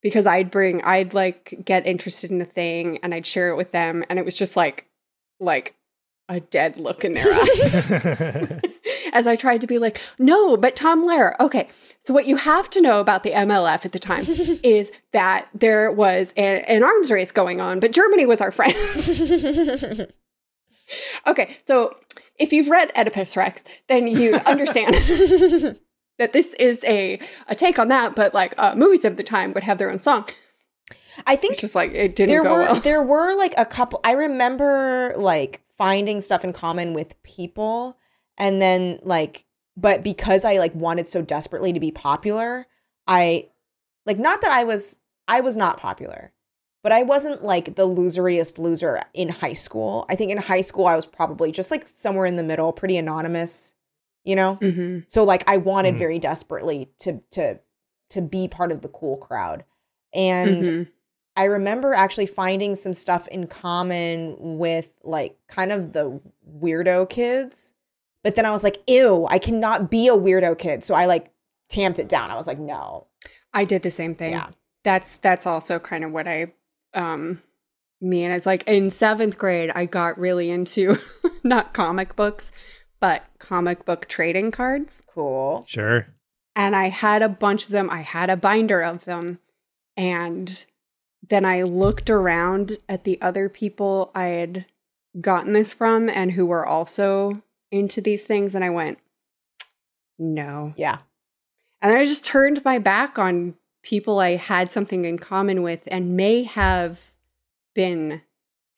because i'd bring i'd like get interested in a thing and i'd share it with them and it was just like like a dead look in their eye as I tried to be like, no, but Tom Lehrer. Okay, so what you have to know about the MLF at the time is that there was a- an arms race going on, but Germany was our friend. okay, so if you've read Oedipus Rex, then you understand. That this is a, a take on that, but like uh, movies of the time would have their own song.
I think
It's just like it didn't
there
go
were
well.
there were like a couple I remember like finding stuff in common with people and then like but because I like wanted so desperately to be popular, I like not that I was I was not popular, but I wasn't like the loseriest loser in high school. I think in high school I was probably just like somewhere in the middle, pretty anonymous, you know?
Mm-hmm.
So like I wanted
Mhm.
very desperately to to to be part of the cool crowd. And
Mm-hmm.
I remember actually finding some stuff in common with like kind of the weirdo kids. But then I was like, ew, I cannot be a weirdo kid. So I like tamped it down. I was like, no.
I did the same thing.
Yeah.
That's that's also kind of what I um mean. It's like in seventh grade I got really into not comic books, but comic book trading cards.
Cool.
sure.
And I had a bunch of them. I had a binder of them. And then I looked around at the other people I had gotten this from and who were also into these things, and I went, no.
Yeah.
And I just turned my back on people I had something in common with and may have been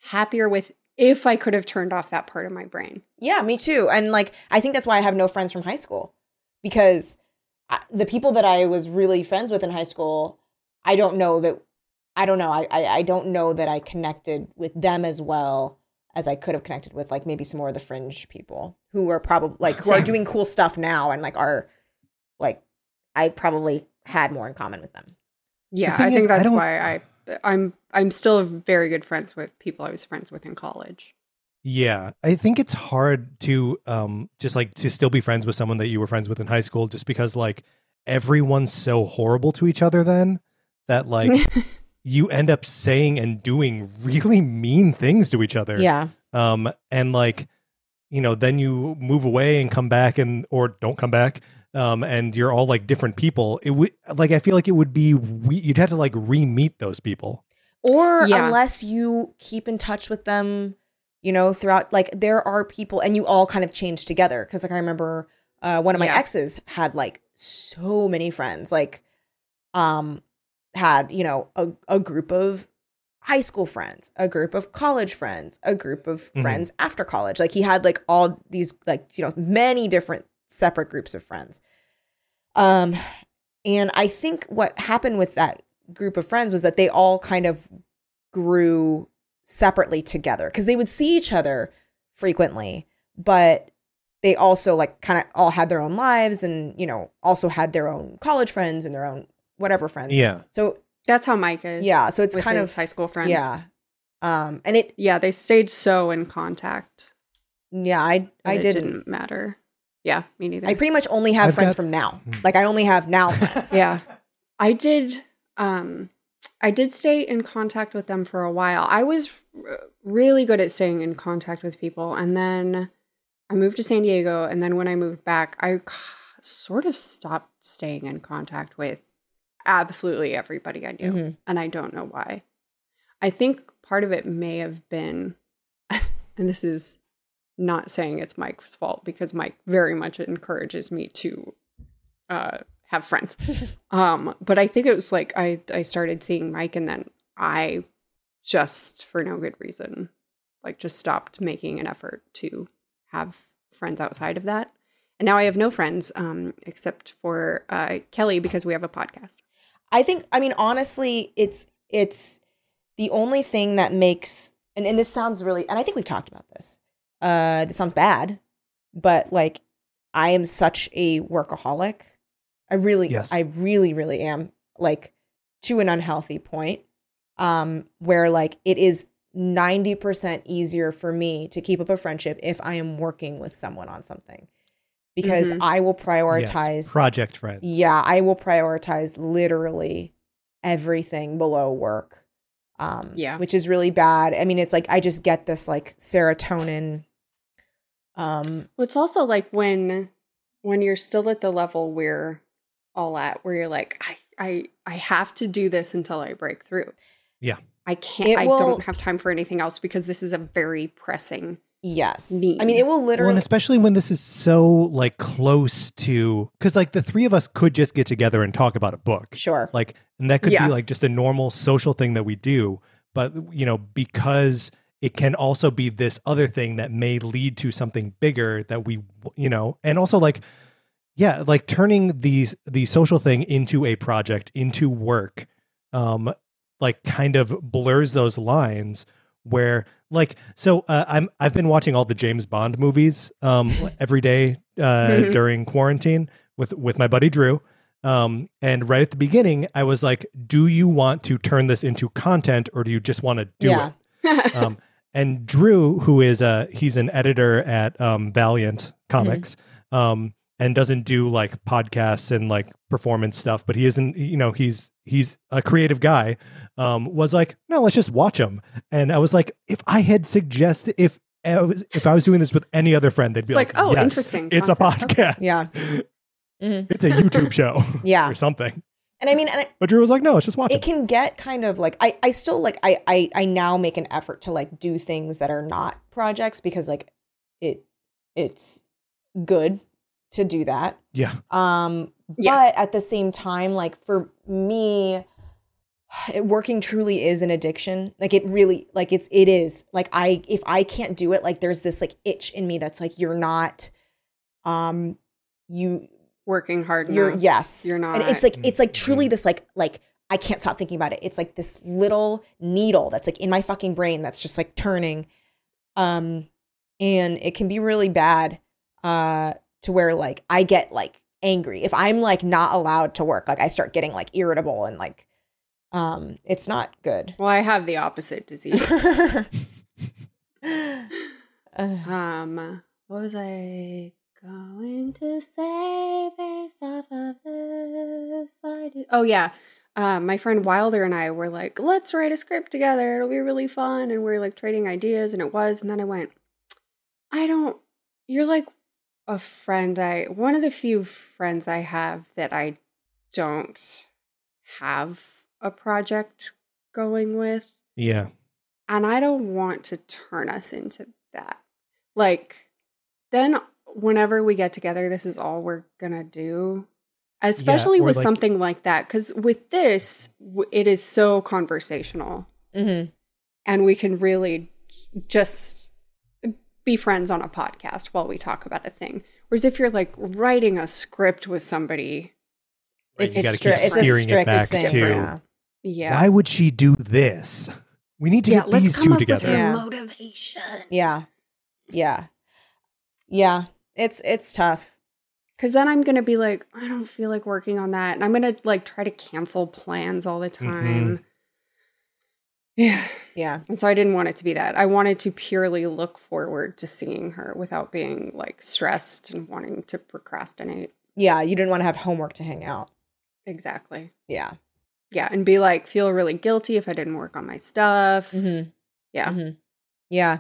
happier with if I could have turned off that part of my brain.
Yeah, me too. And like, I think that's why I have no friends from high school because I, the people that I was really friends with in high school, I don't know that, I don't know, I, I, I don't know that I connected with them as well as I could have connected with like maybe some more of the fringe people who are probably like, who are
Same.
doing cool stuff now and like are like, I probably had more in common with them.
Yeah,
thing
I think
is, I
that's
don't-
why I I'm I'm still very good friends with people I was friends with in college.
Yeah, I think it's hard to um just like to still be friends with someone that you were friends with in high school just because like everyone's so horrible to each other then that like you end up saying and doing really mean things to each other.
Yeah.
Um and like you know, then you move away and come back and or don't come back um and you're all like different people. It would like I feel like it would be we- you'd have to like re-meet those people.
or
Yeah.
unless you keep in touch with them you know throughout like there are people and you all kind of change together because like i remember uh, one of my
Yeah.
exes had like so many friends like um had you know a, a group of high school friends a group of college friends a group of
Mhm.
friends after college like he had like all these like you know many different separate groups of friends um and i think what happened with that group of friends was that they all kind of grew separately together because they would see each other frequently, but they also like kind of all had their own lives and, you know, also had their own college friends and their own whatever friends.
Yeah.
So,
That's how Mike is.
yeah. So it's
with
kind
his
of,
high school friends.
yeah. Um, and it,
Yeah, they stayed so in contact.
yeah, I,
that
I
it
didn't.
didn't matter. Yeah, me neither.
I pretty much only have
I've
friends
got-
from now.
Hmm.
Like I only have now friends.
yeah i did um i did stay in contact with them for a while i was r- really good at staying in contact with people and then i moved to san diego and then when i moved back i k- sort of stopped staying in contact with absolutely everybody i knew
Mhm.
and i don't know why i think part of it may have been and this is not saying it's mike's fault because mike very much encourages me to uh, have friends um but i think it was like i i started seeing mike and then i just for no good reason like just stopped making an effort to have friends outside of that and now i have no friends um except for uh kelly because we have a podcast
I think I mean honestly, it's it's the only thing that makes and, and this sounds really and I think we've talked about this. Uh this sounds bad, but like I am such a workaholic. I really
Yes.
I really, really am like to an unhealthy point. Um, where like it is 90% easier for me to keep up a friendship if I am working with someone on something. Because
Mhm.
I will
Yes,
prioritize
project friends.
yeah, I will prioritize literally everything below work. Um,
Yeah.
which is really bad. I mean, it's like I just get this like serotonin. Um,
Well, it's also like when when you're still at the level we're all at, where you're like, I I I have to do this until I break through.
Yeah.
I can't.
It
I
will-
don't have time for anything else because this is a very pressing.
yes,
Need.
I mean, it will
Well,
literally.
and especially when this is so like close to because like the three of us could just get together and talk about a book.
sure,
Like, and that could
Yeah.
be like just a normal social thing that we do. But, you know, because it can also be this other thing that may lead to something bigger that we, you know, and also like, yeah, like turning these, the social thing into a project, into work, um, like kind of blurs those lines where like so uh, i'm i've been watching all the james bond movies um every day uh
Mhm.
during quarantine with with my buddy drew um, and right at the beginning, I was like, "Do you want to turn this into content, or do you just want to do
Yeah.
it?" Um, and Drew, who is a he's an editor at um, Valiant Comics,
Mm-hmm.
um, and doesn't do like podcasts and like performance stuff, but he isn't. You know, he's he's a creative guy. Um, was like, "No, let's just watch him." And I was like, "If I had suggested if." I was- If I was doing this with any other friend, they'd be
It's like,
like,
"Oh,
yes,
interesting
It's
concept. Mm-hmm.
a podcast.
yeah, Mhm.
It's a YouTube show
yeah,
or something.
and I mean, and I,
But Drew was like, no, let's just watch
it
it.
can get kind of like I, I still like I, I i now make an effort to like do things that are not projects because like it it's good to do that
Yeah.
um
Yeah.
but at the same time like for me it, working truly is an addiction like it really like it's it is like i if i can't do it like there's this like itch in me that's like you're not um you
Working hard.
you're
enough.
yes
You're
and it's
not-
like it's like
Mhm.
truly this like like i can't stop thinking about it it's like this little needle that's like in my fucking brain that's just like turning um and it can be really bad uh to where like i get like angry if i'm like not allowed to work like i start getting like irritable and like um it's not good
Well, I have the opposite disease.
Uh,
um, what was I going to say based off of this? I did- Oh yeah. Uh, my friend Wilder and I were like, let's write a script together. It'll be really fun. And we were like trading ideas, and it was. And then I went, I don't, you're like a friend I, one of the few friends I have that I don't have a project going with
Yeah.
and I don't want to turn us into that. Like, then whenever we get together, this is all we're gonna do, especially
or
with
like-
something like that. Because with this, w- it is so conversational,
mhm.
and we can really just be friends on a podcast while we talk about a thing. Whereas if you're like writing a script with somebody,
it's,
you
it's,
gotta
stri-
keep
it's a
steering it
strict
back
thing
to-
yeah.
yeah,
Why would she do this? We need to
yeah,
get these two together.
Yeah.
motivation.
yeah yeah yeah it's it's tough
Cause then I'm gonna be like, I don't feel like working on that, and I'm gonna like try to cancel plans all the time. Yeah.
Yeah.
And so I didn't want it to be that. I wanted to purely look forward to seeing her without being like stressed and wanting to procrastinate.
Yeah. You didn't want to have homework to hang out.
Exactly.
Yeah.
Yeah. And be like, feel really guilty if I didn't work on my stuff.
Mm-hmm.
Yeah.
Mhm. Yeah.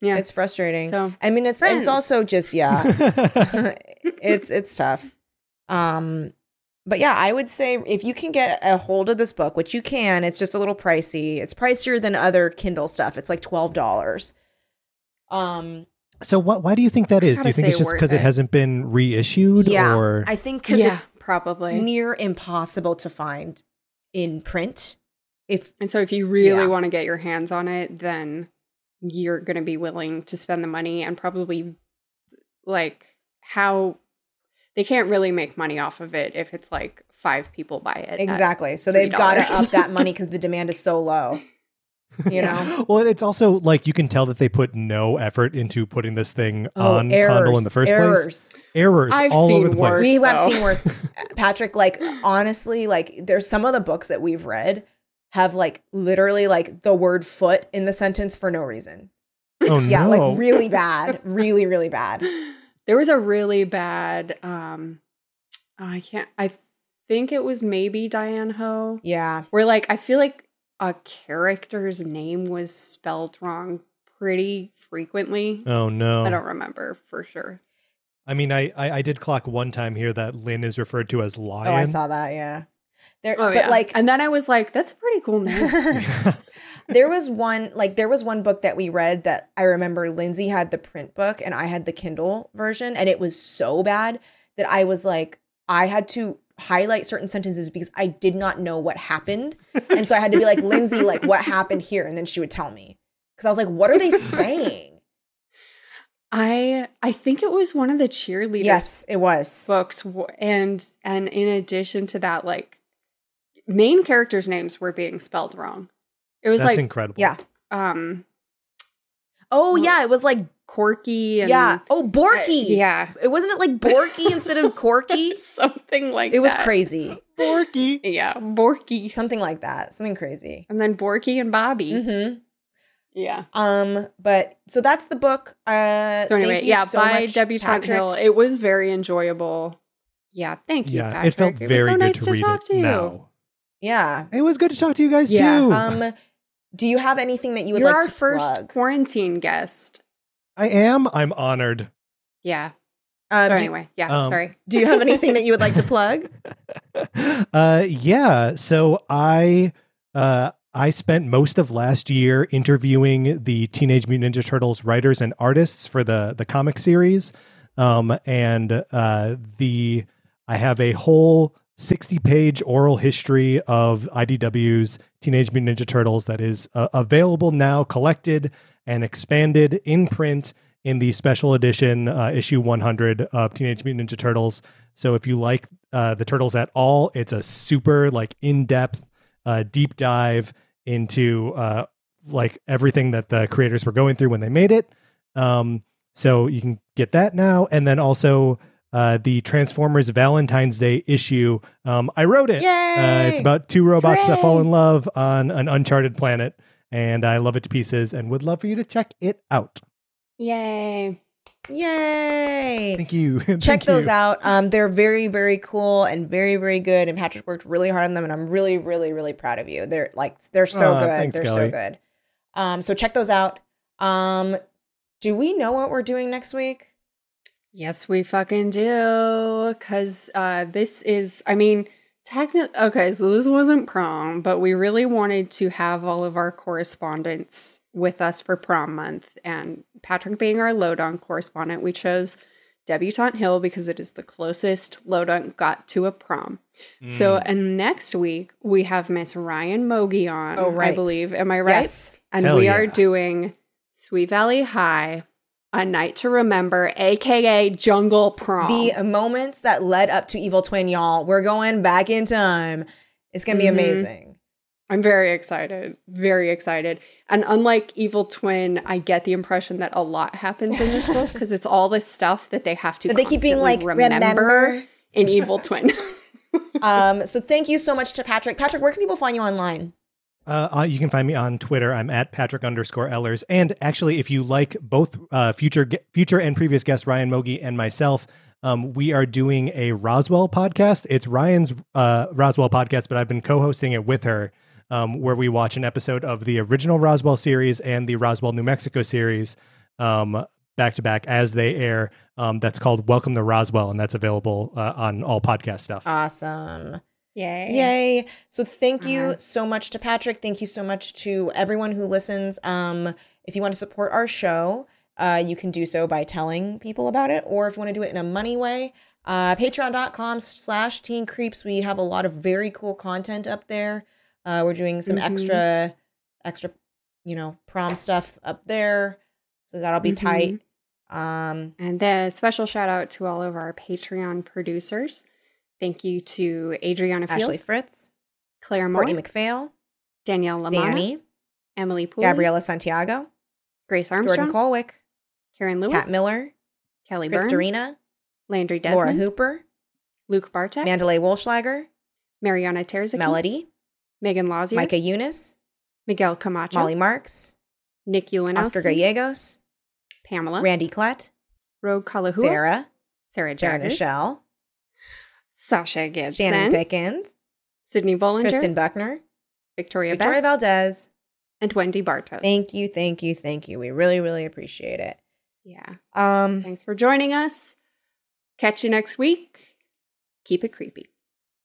Yeah.
It's frustrating.
So
I mean, it's
Friends.
it's also just yeah, it's it's tough. Um, but yeah, I would say if you can get a hold of this book, which you can, it's just a little pricey. It's pricier than other Kindle stuff. It's like twelve dollars. Um,
so what, why do you think that is? Do
gotta
you think
say
it's just
worth
because it.
it.
hasn't been reissued?
Yeah,
Or
I think because
yeah,
it's
probably.
near impossible to find in print. If
and so if you really
Yeah.
want to get your hands on it, then you're going to be willing to spend the money and probably like how they can't really make money off of it if it's like five people buy it. at-
exactly, so they've got to
$3.
up that money because the demand is so low. You know,
well, it's also like you can tell that they put no effort into putting this thing
Oh,
on Condle in the first place.
errors.
Errors
I've
all
seen
over the place.
worse.
we have
though.
seen worse patrick like honestly like there's some of the books that we've read have like literally like the word foot in the sentence for no reason
Oh
yeah
no!
like really bad really really bad
there was a really bad um oh, i can't i think it was maybe diane ho
yeah
where like i feel like a character's name was spelled wrong pretty frequently
oh no!
i don't remember for sure
I mean, I, I I did clock one time here that Lynn is referred to as lion.
oh i saw that yeah there
oh
but
yeah
like
and then i was like that's a pretty cool name
there was one like there was one book that we read that I remember Lindsay had the print book and I had the Kindle version and it was so bad that I was like I had to highlight certain sentences because I did not know what happened and so I had to be like Lindsay like what happened here and then she would tell me cuz I was like what are they saying
i i think it was one of the cheerleaders
yes it was
books w- and and in addition to that like main characters names were being spelled wrong it was
That's
like
incredible.
yeah
um
oh yeah it was like
quirky and uh,
yeah oh Borky
yeah
it wasn't it like Borky instead of Corky
something like
it was
that.
crazy
Borky.
yeah borky
something like that something crazy
and then borky and bobby
mhm
yeah
Um, but so that's the book. Uh,
so anyway
thank you
yeah
so
by
much,
debutante
Patrick.
hill it was very enjoyable yeah thank you
Yeah,
Patrick.
it felt
was
very
so
good
nice
to,
to,
read
talk
it
to you
now.
Yeah.
It was good to talk to you guys
Yeah.
too.
Um, do you have anything that you would
you're
like
our
to
first
plug?
quarantine guest
I am. I'm honored.
yeah
Uh,
so
do,
anyway yeah
um,
sorry
do you have anything that you would like to plug?
uh, yeah. So I uh, I spent most of last year interviewing the Teenage Mutant Ninja Turtles writers and artists for the the comic series, um, and uh, the I have a whole. 60 page oral history of IDW's Teenage Mutant Ninja Turtles that is uh, available now, collected and expanded in print in the special edition uh, issue 100 of Teenage Mutant Ninja Turtles. So if you like uh, the turtles at all, it's a super like in-depth, uh, deep dive into uh, like everything that the creators were going through when they made it. Um, so you can get that now, and then also uh, the Transformers Valentine's Day issue. Um, I wrote it. Uh,
Yay!
it's about two robots that fall
Hooray!
in love on an uncharted planet, and I love it to pieces, and would love for you to check it out.
yay
Yay!
Thank you.
Check
Thank
those
you.
out. Um, they're very, very cool and very, very good. And Patrick worked really hard on them, and I'm really, really, really proud of you. They're like they're so
Aw,
good.
thanks,
they're so
Kelly.
good. Um, so check those out. Um, do we know what we're doing next week?
Yes, we fucking do. Cause uh, this is, I mean, technically, okay, so this wasn't prom, but we really wanted to have all of our correspondents with us for prom month. And Patrick being our Lodunk correspondent, we chose Debutante Hill because it is the closest Lodunk got to a prom.
Mm.
So, and next week we have Miss Ryan Mogi on,
Oh,
I
right.
believe. Am I right?
Yes.
And
Hell
we
yeah.
are doing Sweet Valley High, A Night to Remember, aka Jungle Prom.
the moments that led up to Evil Twin, y'all. We're going back in time. It's gonna be
Mhm.
amazing.
I'm very excited. Very excited. And unlike Evil Twin, I get the impression that a lot happens in this book because it's all this stuff that they have to
That they keep being
constantly
like, "Remember."
in Evil Twin.
um, so thank you so much to Patrick. Patrick, where can people find you online?
Uh, uh, you can find me on Twitter. I'm at Patrick underscore Ellers. And actually, if you like both uh, future ge- future and previous guest Ryan Mogi and myself, um, we are doing a Roswell podcast. It's Ryan's uh, Roswell podcast, but I've been co-hosting it with her, um, where we watch an episode of the original Roswell series and the Roswell, New Mexico series um, back to back as they air. Um, that's called Welcome to Roswell, and that's available uh, on all podcast stuff.
Awesome.
Yay.
Yay. So thank you
Uh-huh.
so much to Patrick. Thank you so much to everyone who listens. Um, if you want to support our show, uh, you can do so by telling people about it, or if you want to do it in a money way, uh, patreon.com slash teen creeps. We have a lot of very cool content up there. Uh, we're doing some
Mhm.
extra, extra, you know, prom stuff up there. So that'll be
Mhm.
tight. Um,
And the special shout out to all of our Patreon producers. Thank you to Adriana Field,
Ashley Fritz,
Claire Moore,
Courtney McPhail,
Danielle Lamana,
Danny,
Emily Poole,
Gabriela Santiago,
Grace
Jordan
Armstrong,
Colwick,
Karen Lewis,
Pat Miller,
Kelly Burns,
Kristarina,
Landry
Laura
Desmond,
Hooper,
Luke Bartek,
Mandalay Wolschlager,
Mariana Terzic,
Melody,
Megan Lazier,
Micah Eunice,
Miguel Camacho,
Molly Marks,
Nick Ulanowski,
Oscar Gallegos,
Pamela,
Randy Klett,
Rogue Kalahua,
Sarah, Sarah
Sarah, Jaggers,
Nichelle,
Sasha Gibson,
Shannon Pickens,
Sydney Bollinger,
Tristan Buckner,
Victoria,
Victoria
Beck,
Valdez.
and Wendy Bartos.
Thank you, thank you, thank you. We really, really appreciate it.
Yeah.
Um,
Thanks for joining us. Catch you next week. Keep it creepy.